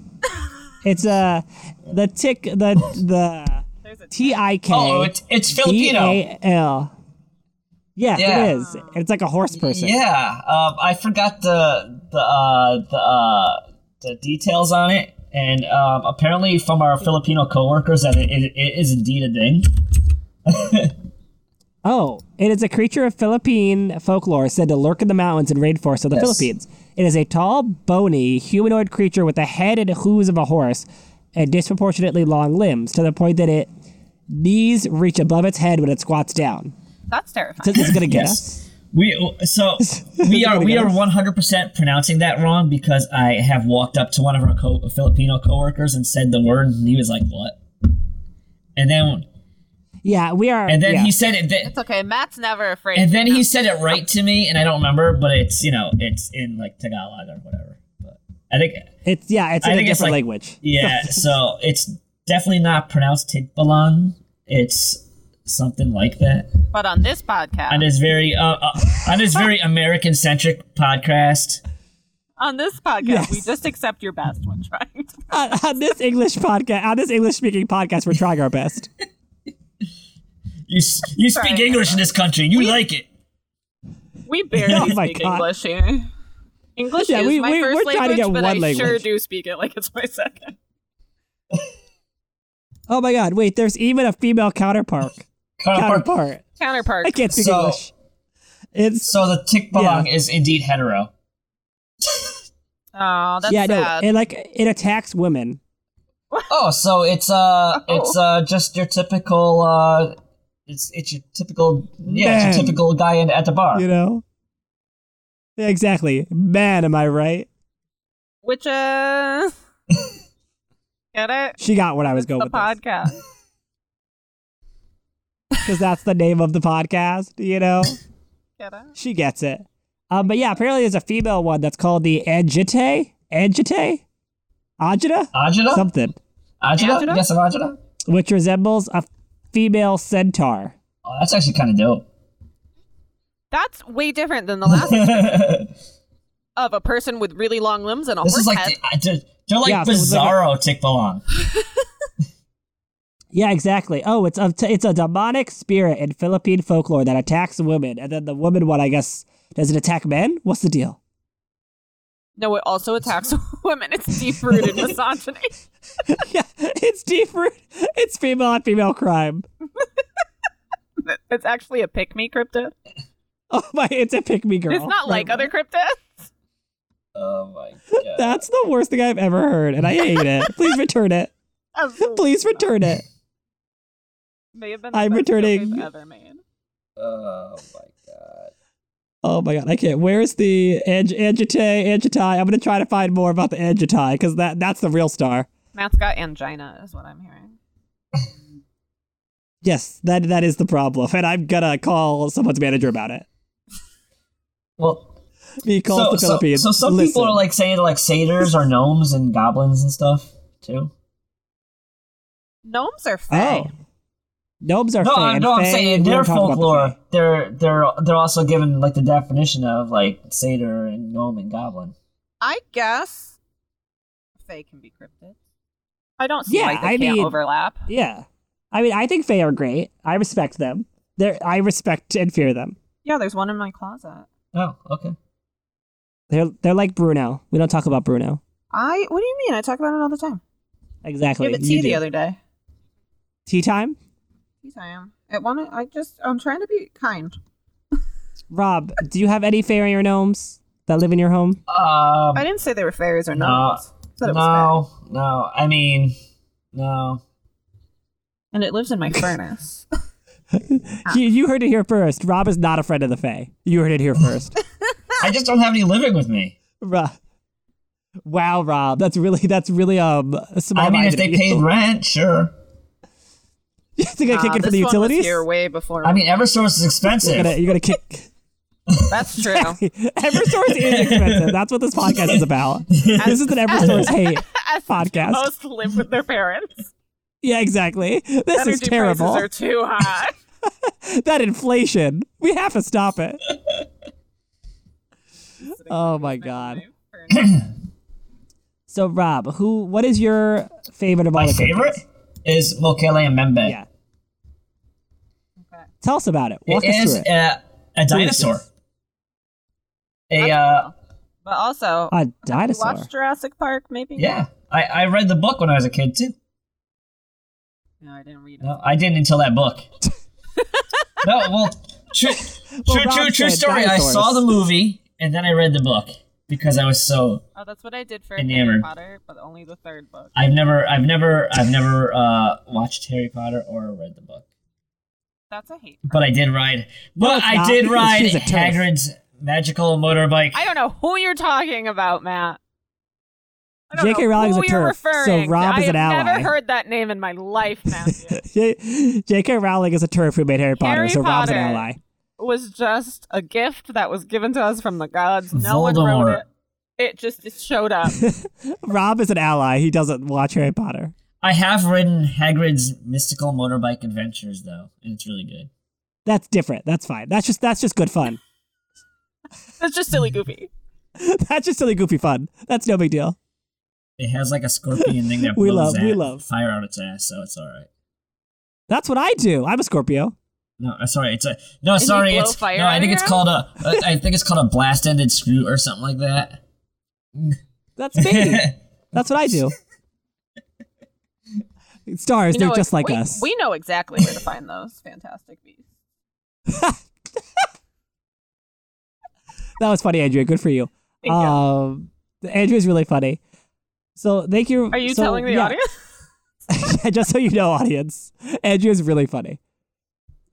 [SPEAKER 2] it's uh the tick the the
[SPEAKER 3] There's a
[SPEAKER 2] T I K.
[SPEAKER 4] oh, it's it's Filipino.
[SPEAKER 2] B A L. Yes,
[SPEAKER 4] Yeah.
[SPEAKER 2] it is. It's like a horse person.
[SPEAKER 4] Yeah, um, I forgot the the uh, the uh, the details on it, and um, apparently from our Filipino coworkers that it, it, it is indeed a thing.
[SPEAKER 2] Oh, it is a creature of Philippine folklore said to lurk in the mountains and rainforests of the
[SPEAKER 4] Yes.
[SPEAKER 2] Philippines. It is a tall, bony, humanoid creature with a head and hooves of a horse and disproportionately long limbs to the point that it knees reach above its head when it squats down.
[SPEAKER 3] That's terrifying.
[SPEAKER 2] So this
[SPEAKER 4] [laughs]
[SPEAKER 2] is going to get
[SPEAKER 4] Yes.
[SPEAKER 2] us.
[SPEAKER 4] We so we are we are one hundred percent pronouncing that wrong because I have walked up to one of our co- Filipino coworkers and said the word, and he was like, "What?" And then
[SPEAKER 2] Yeah, we are.
[SPEAKER 4] and then
[SPEAKER 2] yeah.
[SPEAKER 4] he said it. Th-
[SPEAKER 3] It's okay. Matt's never afraid.
[SPEAKER 4] and then he said it right to me, and I don't remember, but it's you know it's in like Tagalog or whatever. But I think
[SPEAKER 2] It's, yeah, it's
[SPEAKER 4] I
[SPEAKER 2] in a
[SPEAKER 4] think
[SPEAKER 2] different
[SPEAKER 4] it's like-
[SPEAKER 2] language. [laughs]
[SPEAKER 4] yeah, so it's definitely not pronounced Tigbalang. It's something like that.
[SPEAKER 3] but on this podcast,
[SPEAKER 4] On this very uh, uh, on this very American centric podcast.
[SPEAKER 3] on this podcast,
[SPEAKER 2] Yes.
[SPEAKER 3] we just accept your best when trying to.
[SPEAKER 2] on, on this English podcast, on this English speaking podcast, we're trying our best.
[SPEAKER 4] You s- you speak
[SPEAKER 3] Sorry.
[SPEAKER 4] English in this country. You like it.
[SPEAKER 3] We
[SPEAKER 2] [laughs]
[SPEAKER 3] barely
[SPEAKER 2] Oh my
[SPEAKER 3] speak
[SPEAKER 2] God.
[SPEAKER 3] English here. English
[SPEAKER 2] Yeah,
[SPEAKER 3] is
[SPEAKER 2] we-
[SPEAKER 3] my
[SPEAKER 2] we-
[SPEAKER 3] 1st
[SPEAKER 2] we're trying to
[SPEAKER 3] language,
[SPEAKER 2] get
[SPEAKER 3] but I
[SPEAKER 2] one
[SPEAKER 3] sure
[SPEAKER 2] language.
[SPEAKER 3] do speak it like it's my second.
[SPEAKER 2] Oh my god, wait, there's even a female counterpart. Counterpart.
[SPEAKER 3] Counterpart.
[SPEAKER 2] I can't speak
[SPEAKER 4] So-
[SPEAKER 2] English. It's
[SPEAKER 4] So the Tikbalang
[SPEAKER 2] Yeah.
[SPEAKER 4] is indeed hetero.
[SPEAKER 3] Oh, that's
[SPEAKER 2] yeah, no,
[SPEAKER 3] sad.
[SPEAKER 2] it like it attacks women.
[SPEAKER 4] Oh, so it's uh
[SPEAKER 2] Oh.
[SPEAKER 4] it's uh just your typical uh it's it's your typical yeah, it's
[SPEAKER 2] Man.
[SPEAKER 4] your typical guy in, at the bar.
[SPEAKER 2] You know. Yeah, exactly. Man, am I right?
[SPEAKER 3] Which uh, get it?
[SPEAKER 2] She got what I was going
[SPEAKER 3] The
[SPEAKER 2] with
[SPEAKER 3] podcast.
[SPEAKER 2] because that's the name of the podcast. You
[SPEAKER 3] [laughs]
[SPEAKER 2] know,
[SPEAKER 3] Get it?
[SPEAKER 2] she gets it. Um, but yeah, apparently there's a female one that's called the Agite, Agite, Agita,
[SPEAKER 4] Ajita?
[SPEAKER 2] something,
[SPEAKER 4] Ajita?
[SPEAKER 3] Ajita?
[SPEAKER 4] Yes, I'm Ajita.
[SPEAKER 2] which resembles a female centaur.
[SPEAKER 4] Oh, that's actually kind of dope.
[SPEAKER 3] That's way different than the last
[SPEAKER 4] [laughs]
[SPEAKER 2] [laughs]
[SPEAKER 3] one
[SPEAKER 4] this
[SPEAKER 3] of a person with really long limbs and a horse
[SPEAKER 4] is like
[SPEAKER 3] head.
[SPEAKER 4] the, I did- they're like
[SPEAKER 2] Yeah, so it's like a-
[SPEAKER 4] bizarro Tikbalang.
[SPEAKER 2] Yeah, exactly. Oh, it's a it's a demonic spirit in Philippine folklore that attacks women, and then the woman one, I guess, does it attack men? What's the deal?
[SPEAKER 3] No, it also attacks [laughs] women. It's deep
[SPEAKER 4] [laughs]
[SPEAKER 3] rooted misogyny.
[SPEAKER 2] [laughs] yeah, it's deep root. It's female on female crime.
[SPEAKER 3] It's actually a pick me cryptid.
[SPEAKER 2] Oh my, it's a pick me girl.
[SPEAKER 3] It's not like
[SPEAKER 2] Right.
[SPEAKER 3] other cryptids.
[SPEAKER 4] Oh my god.
[SPEAKER 2] [laughs] That's the worst thing I've ever heard, and I hate it.
[SPEAKER 3] [laughs]
[SPEAKER 2] Please return it. Please return it.
[SPEAKER 3] May have been the
[SPEAKER 2] I'm
[SPEAKER 3] best joke
[SPEAKER 2] returning.
[SPEAKER 3] we've ever made.
[SPEAKER 4] oh my god.
[SPEAKER 2] Oh my god, I can't. Where's the Ang- Angite? Angite? I'm gonna try to find more about the Angite because that that's the real star.
[SPEAKER 3] Matt's got angina, is what I'm hearing.
[SPEAKER 2] Yes, that that is the problem, and I'm gonna call someone's manager about it.
[SPEAKER 4] Well,
[SPEAKER 2] He calls the Philippines.
[SPEAKER 4] So, so some
[SPEAKER 2] Listen.
[SPEAKER 4] people are like saying like satyrs or gnomes and goblins and stuff too.
[SPEAKER 3] Gnomes are fae.
[SPEAKER 2] Oh. Gnomes are
[SPEAKER 4] No,
[SPEAKER 2] fae.
[SPEAKER 4] I'm,
[SPEAKER 2] and
[SPEAKER 4] no, I'm
[SPEAKER 2] fae-
[SPEAKER 4] saying
[SPEAKER 2] we
[SPEAKER 4] their
[SPEAKER 2] don't talk about the
[SPEAKER 4] folklore.
[SPEAKER 2] fae.
[SPEAKER 4] They're they're they're also given like the definition of like satyr and gnome and goblin.
[SPEAKER 3] I guess fae can be cryptids. I don't see
[SPEAKER 2] Yeah,
[SPEAKER 3] why they
[SPEAKER 2] I
[SPEAKER 3] can't
[SPEAKER 2] mean-
[SPEAKER 3] overlap.
[SPEAKER 2] Yeah. I mean, I think fae are great. I respect them. They're, I respect and fear them.
[SPEAKER 3] Yeah, there's one in my closet.
[SPEAKER 4] Oh, okay.
[SPEAKER 2] They're, they're like Bruno. We don't talk about Bruno.
[SPEAKER 3] I. What do you mean? I talk about it all the time.
[SPEAKER 2] Exactly.
[SPEAKER 3] Give it
[SPEAKER 2] You
[SPEAKER 3] tea the
[SPEAKER 2] do.
[SPEAKER 3] other day.
[SPEAKER 2] Tea time?
[SPEAKER 3] Yes, I am. I want to. I just. I'm trying to be kind.
[SPEAKER 2] Rob, do you have any fairy or gnomes that live in your
[SPEAKER 3] [laughs]
[SPEAKER 2] home? Oh.
[SPEAKER 4] Um,
[SPEAKER 3] I didn't say they were fairies or
[SPEAKER 4] no,
[SPEAKER 3] not. Said it was
[SPEAKER 4] no, no. I mean, no.
[SPEAKER 3] And it lives
[SPEAKER 2] [laughs]
[SPEAKER 3] in my furnace.
[SPEAKER 2] You, you heard it here first. Rob is not a friend of the Fae. You heard it here first.
[SPEAKER 3] [laughs]
[SPEAKER 4] I just don't have any living with me.
[SPEAKER 2] Ro- wow, Rob, that's really that's really um.
[SPEAKER 4] I mean, if
[SPEAKER 2] small-minded
[SPEAKER 4] they
[SPEAKER 2] of you.
[SPEAKER 4] paid rent, sure.
[SPEAKER 2] [laughs] you think I kick
[SPEAKER 3] Uh,
[SPEAKER 2] it for
[SPEAKER 3] this
[SPEAKER 2] the
[SPEAKER 3] one was
[SPEAKER 2] utilities?
[SPEAKER 3] here way before.
[SPEAKER 4] I mean, EverSource is
[SPEAKER 2] You're
[SPEAKER 4] expensive.
[SPEAKER 2] gonna, you're gonna
[SPEAKER 3] [laughs]
[SPEAKER 2] kick. [laughs]
[SPEAKER 3] that's true.
[SPEAKER 2] EverSource is expensive. That's what
[SPEAKER 3] [laughs]
[SPEAKER 2] this podcast is about. this is an EverSource hate
[SPEAKER 3] As
[SPEAKER 2] podcast.
[SPEAKER 3] Most live with their parents.
[SPEAKER 2] Yeah, exactly. This
[SPEAKER 3] Energy
[SPEAKER 2] is terrible.
[SPEAKER 3] prices are too
[SPEAKER 2] [laughs]
[SPEAKER 3] high.
[SPEAKER 2] that inflation. We have to stop it. oh my god. [clears throat] So Rob, who? What is your favorite of all
[SPEAKER 4] My
[SPEAKER 2] the
[SPEAKER 4] favorite
[SPEAKER 2] cookies?
[SPEAKER 4] is Mokele and Membe.
[SPEAKER 2] Yeah. Tell us about it. Walk
[SPEAKER 4] it
[SPEAKER 2] us
[SPEAKER 4] is
[SPEAKER 2] through it.
[SPEAKER 4] a, a dinosaur. A uh,
[SPEAKER 3] But also,
[SPEAKER 2] a
[SPEAKER 3] you
[SPEAKER 2] dinosaur.
[SPEAKER 3] watched Jurassic Park, maybe?
[SPEAKER 4] yeah. I, I read the book when I was a kid too.
[SPEAKER 3] No, I didn't read it.
[SPEAKER 4] No, I didn't until that book.
[SPEAKER 2] [laughs]
[SPEAKER 4] no, well, true, true,
[SPEAKER 2] Well, Rob
[SPEAKER 4] true, true
[SPEAKER 2] said
[SPEAKER 4] story. I
[SPEAKER 2] dinosaurs.
[SPEAKER 4] saw the movie and then I read the book because I was so.
[SPEAKER 3] Oh, that's what I did for Harry
[SPEAKER 4] Enamored.
[SPEAKER 3] Potter, but only the third book.
[SPEAKER 4] I've never, I've never, I've never uh, watched Harry Potter or read the book,
[SPEAKER 3] That's a hate.
[SPEAKER 4] but I did ride. But
[SPEAKER 2] it's
[SPEAKER 4] I
[SPEAKER 2] not,
[SPEAKER 4] did
[SPEAKER 2] because
[SPEAKER 4] ride
[SPEAKER 2] she's a turf.
[SPEAKER 4] Hagrid's magical motorbike.
[SPEAKER 3] I don't know who you're talking about, Matt. I don't
[SPEAKER 2] J.K.
[SPEAKER 3] know
[SPEAKER 2] Rowling's
[SPEAKER 3] who
[SPEAKER 2] a
[SPEAKER 3] you're
[SPEAKER 2] turf, so
[SPEAKER 3] referring to.
[SPEAKER 2] Rob is an
[SPEAKER 3] I have
[SPEAKER 2] ally.
[SPEAKER 3] never heard that name in my life,
[SPEAKER 2] [laughs]
[SPEAKER 3] Matthew.
[SPEAKER 2] J- J.K. Rowling is a turf who made Harry Potter,
[SPEAKER 3] Harry
[SPEAKER 2] so Rob's an
[SPEAKER 3] Potter.
[SPEAKER 2] ally.
[SPEAKER 3] was just a gift that was given to us from the gods. No one
[SPEAKER 4] Voldemort.
[SPEAKER 3] wrote it. It just it
[SPEAKER 2] [laughs]
[SPEAKER 3] showed up.
[SPEAKER 2] Rob is an ally. He doesn't watch Harry Potter.
[SPEAKER 4] I have ridden Hagrid's mystical motorbike adventures though, and it's really good.
[SPEAKER 2] That's different. That's fine. That's just that's just good fun.
[SPEAKER 3] It's just silly goofy.
[SPEAKER 2] [laughs] that's just silly goofy fun. That's no big deal.
[SPEAKER 4] It has like a scorpion thing
[SPEAKER 2] [laughs]
[SPEAKER 4] that
[SPEAKER 2] We
[SPEAKER 4] blows
[SPEAKER 2] love- we
[SPEAKER 4] at-
[SPEAKER 2] love.
[SPEAKER 4] fire out its ass, so it's all right.
[SPEAKER 2] That's what I do. I'm a Scorpio.
[SPEAKER 4] No, uh, sorry, it's a no.
[SPEAKER 3] you
[SPEAKER 4] sorry,
[SPEAKER 3] blow
[SPEAKER 4] it's
[SPEAKER 3] fire
[SPEAKER 4] no.
[SPEAKER 3] out
[SPEAKER 4] I think
[SPEAKER 3] of
[SPEAKER 4] it's
[SPEAKER 3] your
[SPEAKER 4] called a. uh, I think it's called a blast-ended screw or something like that.
[SPEAKER 2] That's
[SPEAKER 3] [laughs]
[SPEAKER 2] me.
[SPEAKER 4] [laughs]
[SPEAKER 2] That's what I do. Stars,
[SPEAKER 3] You know,
[SPEAKER 2] they're just like
[SPEAKER 3] we,
[SPEAKER 2] us.
[SPEAKER 3] We know exactly where to find those fantastic beasts.
[SPEAKER 2] that was funny, Andrea. Good for you.
[SPEAKER 3] Thank you.
[SPEAKER 2] um, Andrea's really funny. So thank you.
[SPEAKER 3] Are you
[SPEAKER 2] so,
[SPEAKER 3] telling the
[SPEAKER 2] yeah,
[SPEAKER 3] audience?
[SPEAKER 2] [laughs] just so you know, audience, Andrea's really funny.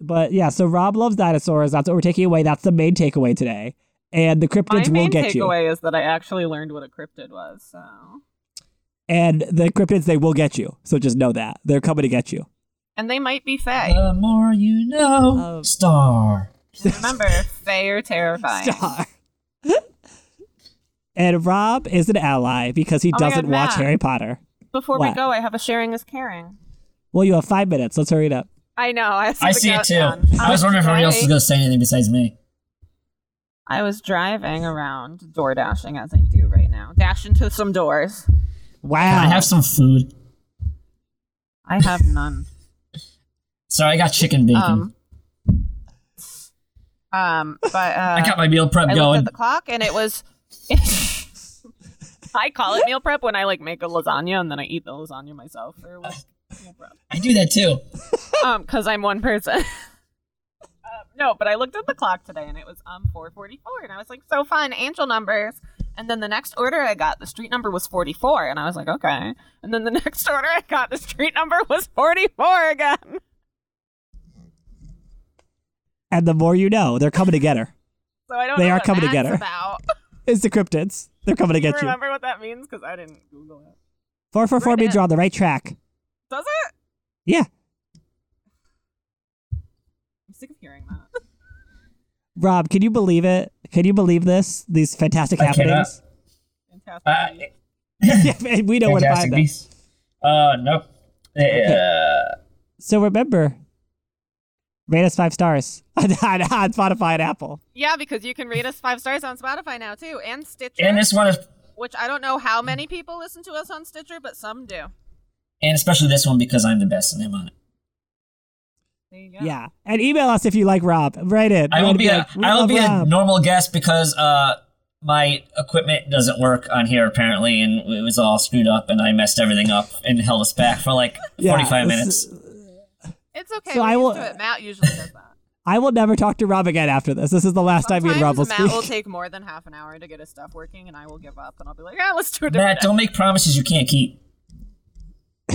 [SPEAKER 2] But yeah, so Rob loves dinosaurs. That's what we're taking away. That's the main takeaway today. And the
[SPEAKER 3] My
[SPEAKER 2] cryptids will
[SPEAKER 3] main
[SPEAKER 2] get you.
[SPEAKER 3] takeaway is that I actually learned what a cryptid was. So
[SPEAKER 2] And the cryptids, they will get you. So just know that they're coming to get you.
[SPEAKER 3] and they might be fae.
[SPEAKER 2] Uh,
[SPEAKER 4] the more you know,
[SPEAKER 2] Um,
[SPEAKER 4] star.
[SPEAKER 3] And remember,
[SPEAKER 2] [laughs]
[SPEAKER 3] fae are terrifying.
[SPEAKER 2] Star. [laughs] and Rob is an ally because he
[SPEAKER 3] Oh my God,
[SPEAKER 2] doesn't watch
[SPEAKER 3] Matt.
[SPEAKER 2] Harry Potter.
[SPEAKER 3] Before we
[SPEAKER 2] What?
[SPEAKER 3] go, I have a sharing is caring.
[SPEAKER 2] Well, you have five minutes. Let's hurry it up.
[SPEAKER 3] I know. I,
[SPEAKER 4] I see it too. I was wondering
[SPEAKER 3] everyone
[SPEAKER 4] if anyone else was gonna say anything besides me.
[SPEAKER 3] I was driving around door dashing as I do right now. Dash into some doors.
[SPEAKER 2] Wow.
[SPEAKER 4] I have some food.
[SPEAKER 3] I have none.
[SPEAKER 4] Sorry, I got chicken bacon.
[SPEAKER 3] Um, um but uh,
[SPEAKER 4] I got my meal prep
[SPEAKER 3] I looked
[SPEAKER 4] going.
[SPEAKER 3] at the clock and it was. I call it meal prep when I like make a lasagna and then I eat the lasagna myself for a week. Meal prep.
[SPEAKER 4] I do that too.
[SPEAKER 3] um, because I'm one person. [laughs] uh, no, but I looked at the clock today and it was um 4:44, and I was like, so fun, angel numbers. And then the next order I got, the street number was 44, and I was like, okay. And then the [laughs] next order I got, the street number was 44 again.
[SPEAKER 2] and the more you know, they're coming to get her.
[SPEAKER 3] So I don't.
[SPEAKER 2] They
[SPEAKER 3] know
[SPEAKER 2] are
[SPEAKER 3] what
[SPEAKER 2] coming
[SPEAKER 3] that's
[SPEAKER 2] together.
[SPEAKER 3] About.
[SPEAKER 2] It's the cryptids. They're coming to
[SPEAKER 3] Do you
[SPEAKER 2] get you.
[SPEAKER 3] remember what that means? Because I didn't Google it.
[SPEAKER 2] 444
[SPEAKER 3] Right
[SPEAKER 2] means
[SPEAKER 3] in.
[SPEAKER 2] you're on the right track.
[SPEAKER 3] Does it?
[SPEAKER 2] Yeah.
[SPEAKER 3] I'm sick of hearing that.
[SPEAKER 2] Rob, can you believe it? Can you believe this? These fantastic
[SPEAKER 4] I cannot.
[SPEAKER 2] happenings? [laughs]
[SPEAKER 3] Fantastic.
[SPEAKER 4] Uh,
[SPEAKER 2] yeah, man, we know where to
[SPEAKER 4] fantastic
[SPEAKER 2] find them.
[SPEAKER 4] beast. Uh, nope. Uh,
[SPEAKER 2] So remember, rate us five stars [laughs] on, on, on Spotify and Apple.
[SPEAKER 3] yeah, because you can rate us five stars on Spotify now too, and Stitcher.
[SPEAKER 4] and this one is,
[SPEAKER 3] which I don't know how many people listen to us on Stitcher, but some do.
[SPEAKER 4] and especially this one because I'm the best and I'm on it.
[SPEAKER 3] There you
[SPEAKER 2] Yeah. And email us if you like Rob. Write in.
[SPEAKER 4] I
[SPEAKER 2] Write
[SPEAKER 4] will
[SPEAKER 2] in,
[SPEAKER 4] be a
[SPEAKER 2] like, we
[SPEAKER 4] I will
[SPEAKER 2] love
[SPEAKER 4] be a
[SPEAKER 2] Rob.
[SPEAKER 4] normal guest because uh my equipment doesn't work on here apparently and it was all screwed up and I messed everything up and held us back for like
[SPEAKER 2] Yeah,
[SPEAKER 4] 45
[SPEAKER 2] this-
[SPEAKER 4] minutes.
[SPEAKER 3] It's okay.
[SPEAKER 2] So
[SPEAKER 3] we're
[SPEAKER 2] I
[SPEAKER 3] used
[SPEAKER 2] will-
[SPEAKER 3] to it. Matt
[SPEAKER 2] [laughs]
[SPEAKER 3] usually does that.
[SPEAKER 2] I will never talk to Rob again after this. This is the last time me and Rob will
[SPEAKER 3] Sometimes Matt
[SPEAKER 2] speak.
[SPEAKER 3] will take more than half an hour to get his stuff working, and I will give up, and I'll be like, "Yeah, let's do it."
[SPEAKER 4] Matt, don't make promises you can't keep.
[SPEAKER 2] [laughs]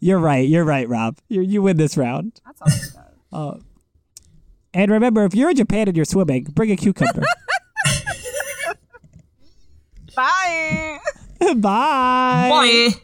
[SPEAKER 2] you're right. You're right, Rob. you you win this round.
[SPEAKER 3] That's all he does.
[SPEAKER 2] And remember, if you're in Japan and you're swimming, bring a
[SPEAKER 3] [laughs]
[SPEAKER 2] cucumber. [laughs]
[SPEAKER 3] Bye. [laughs]
[SPEAKER 2] Bye.
[SPEAKER 4] Bye.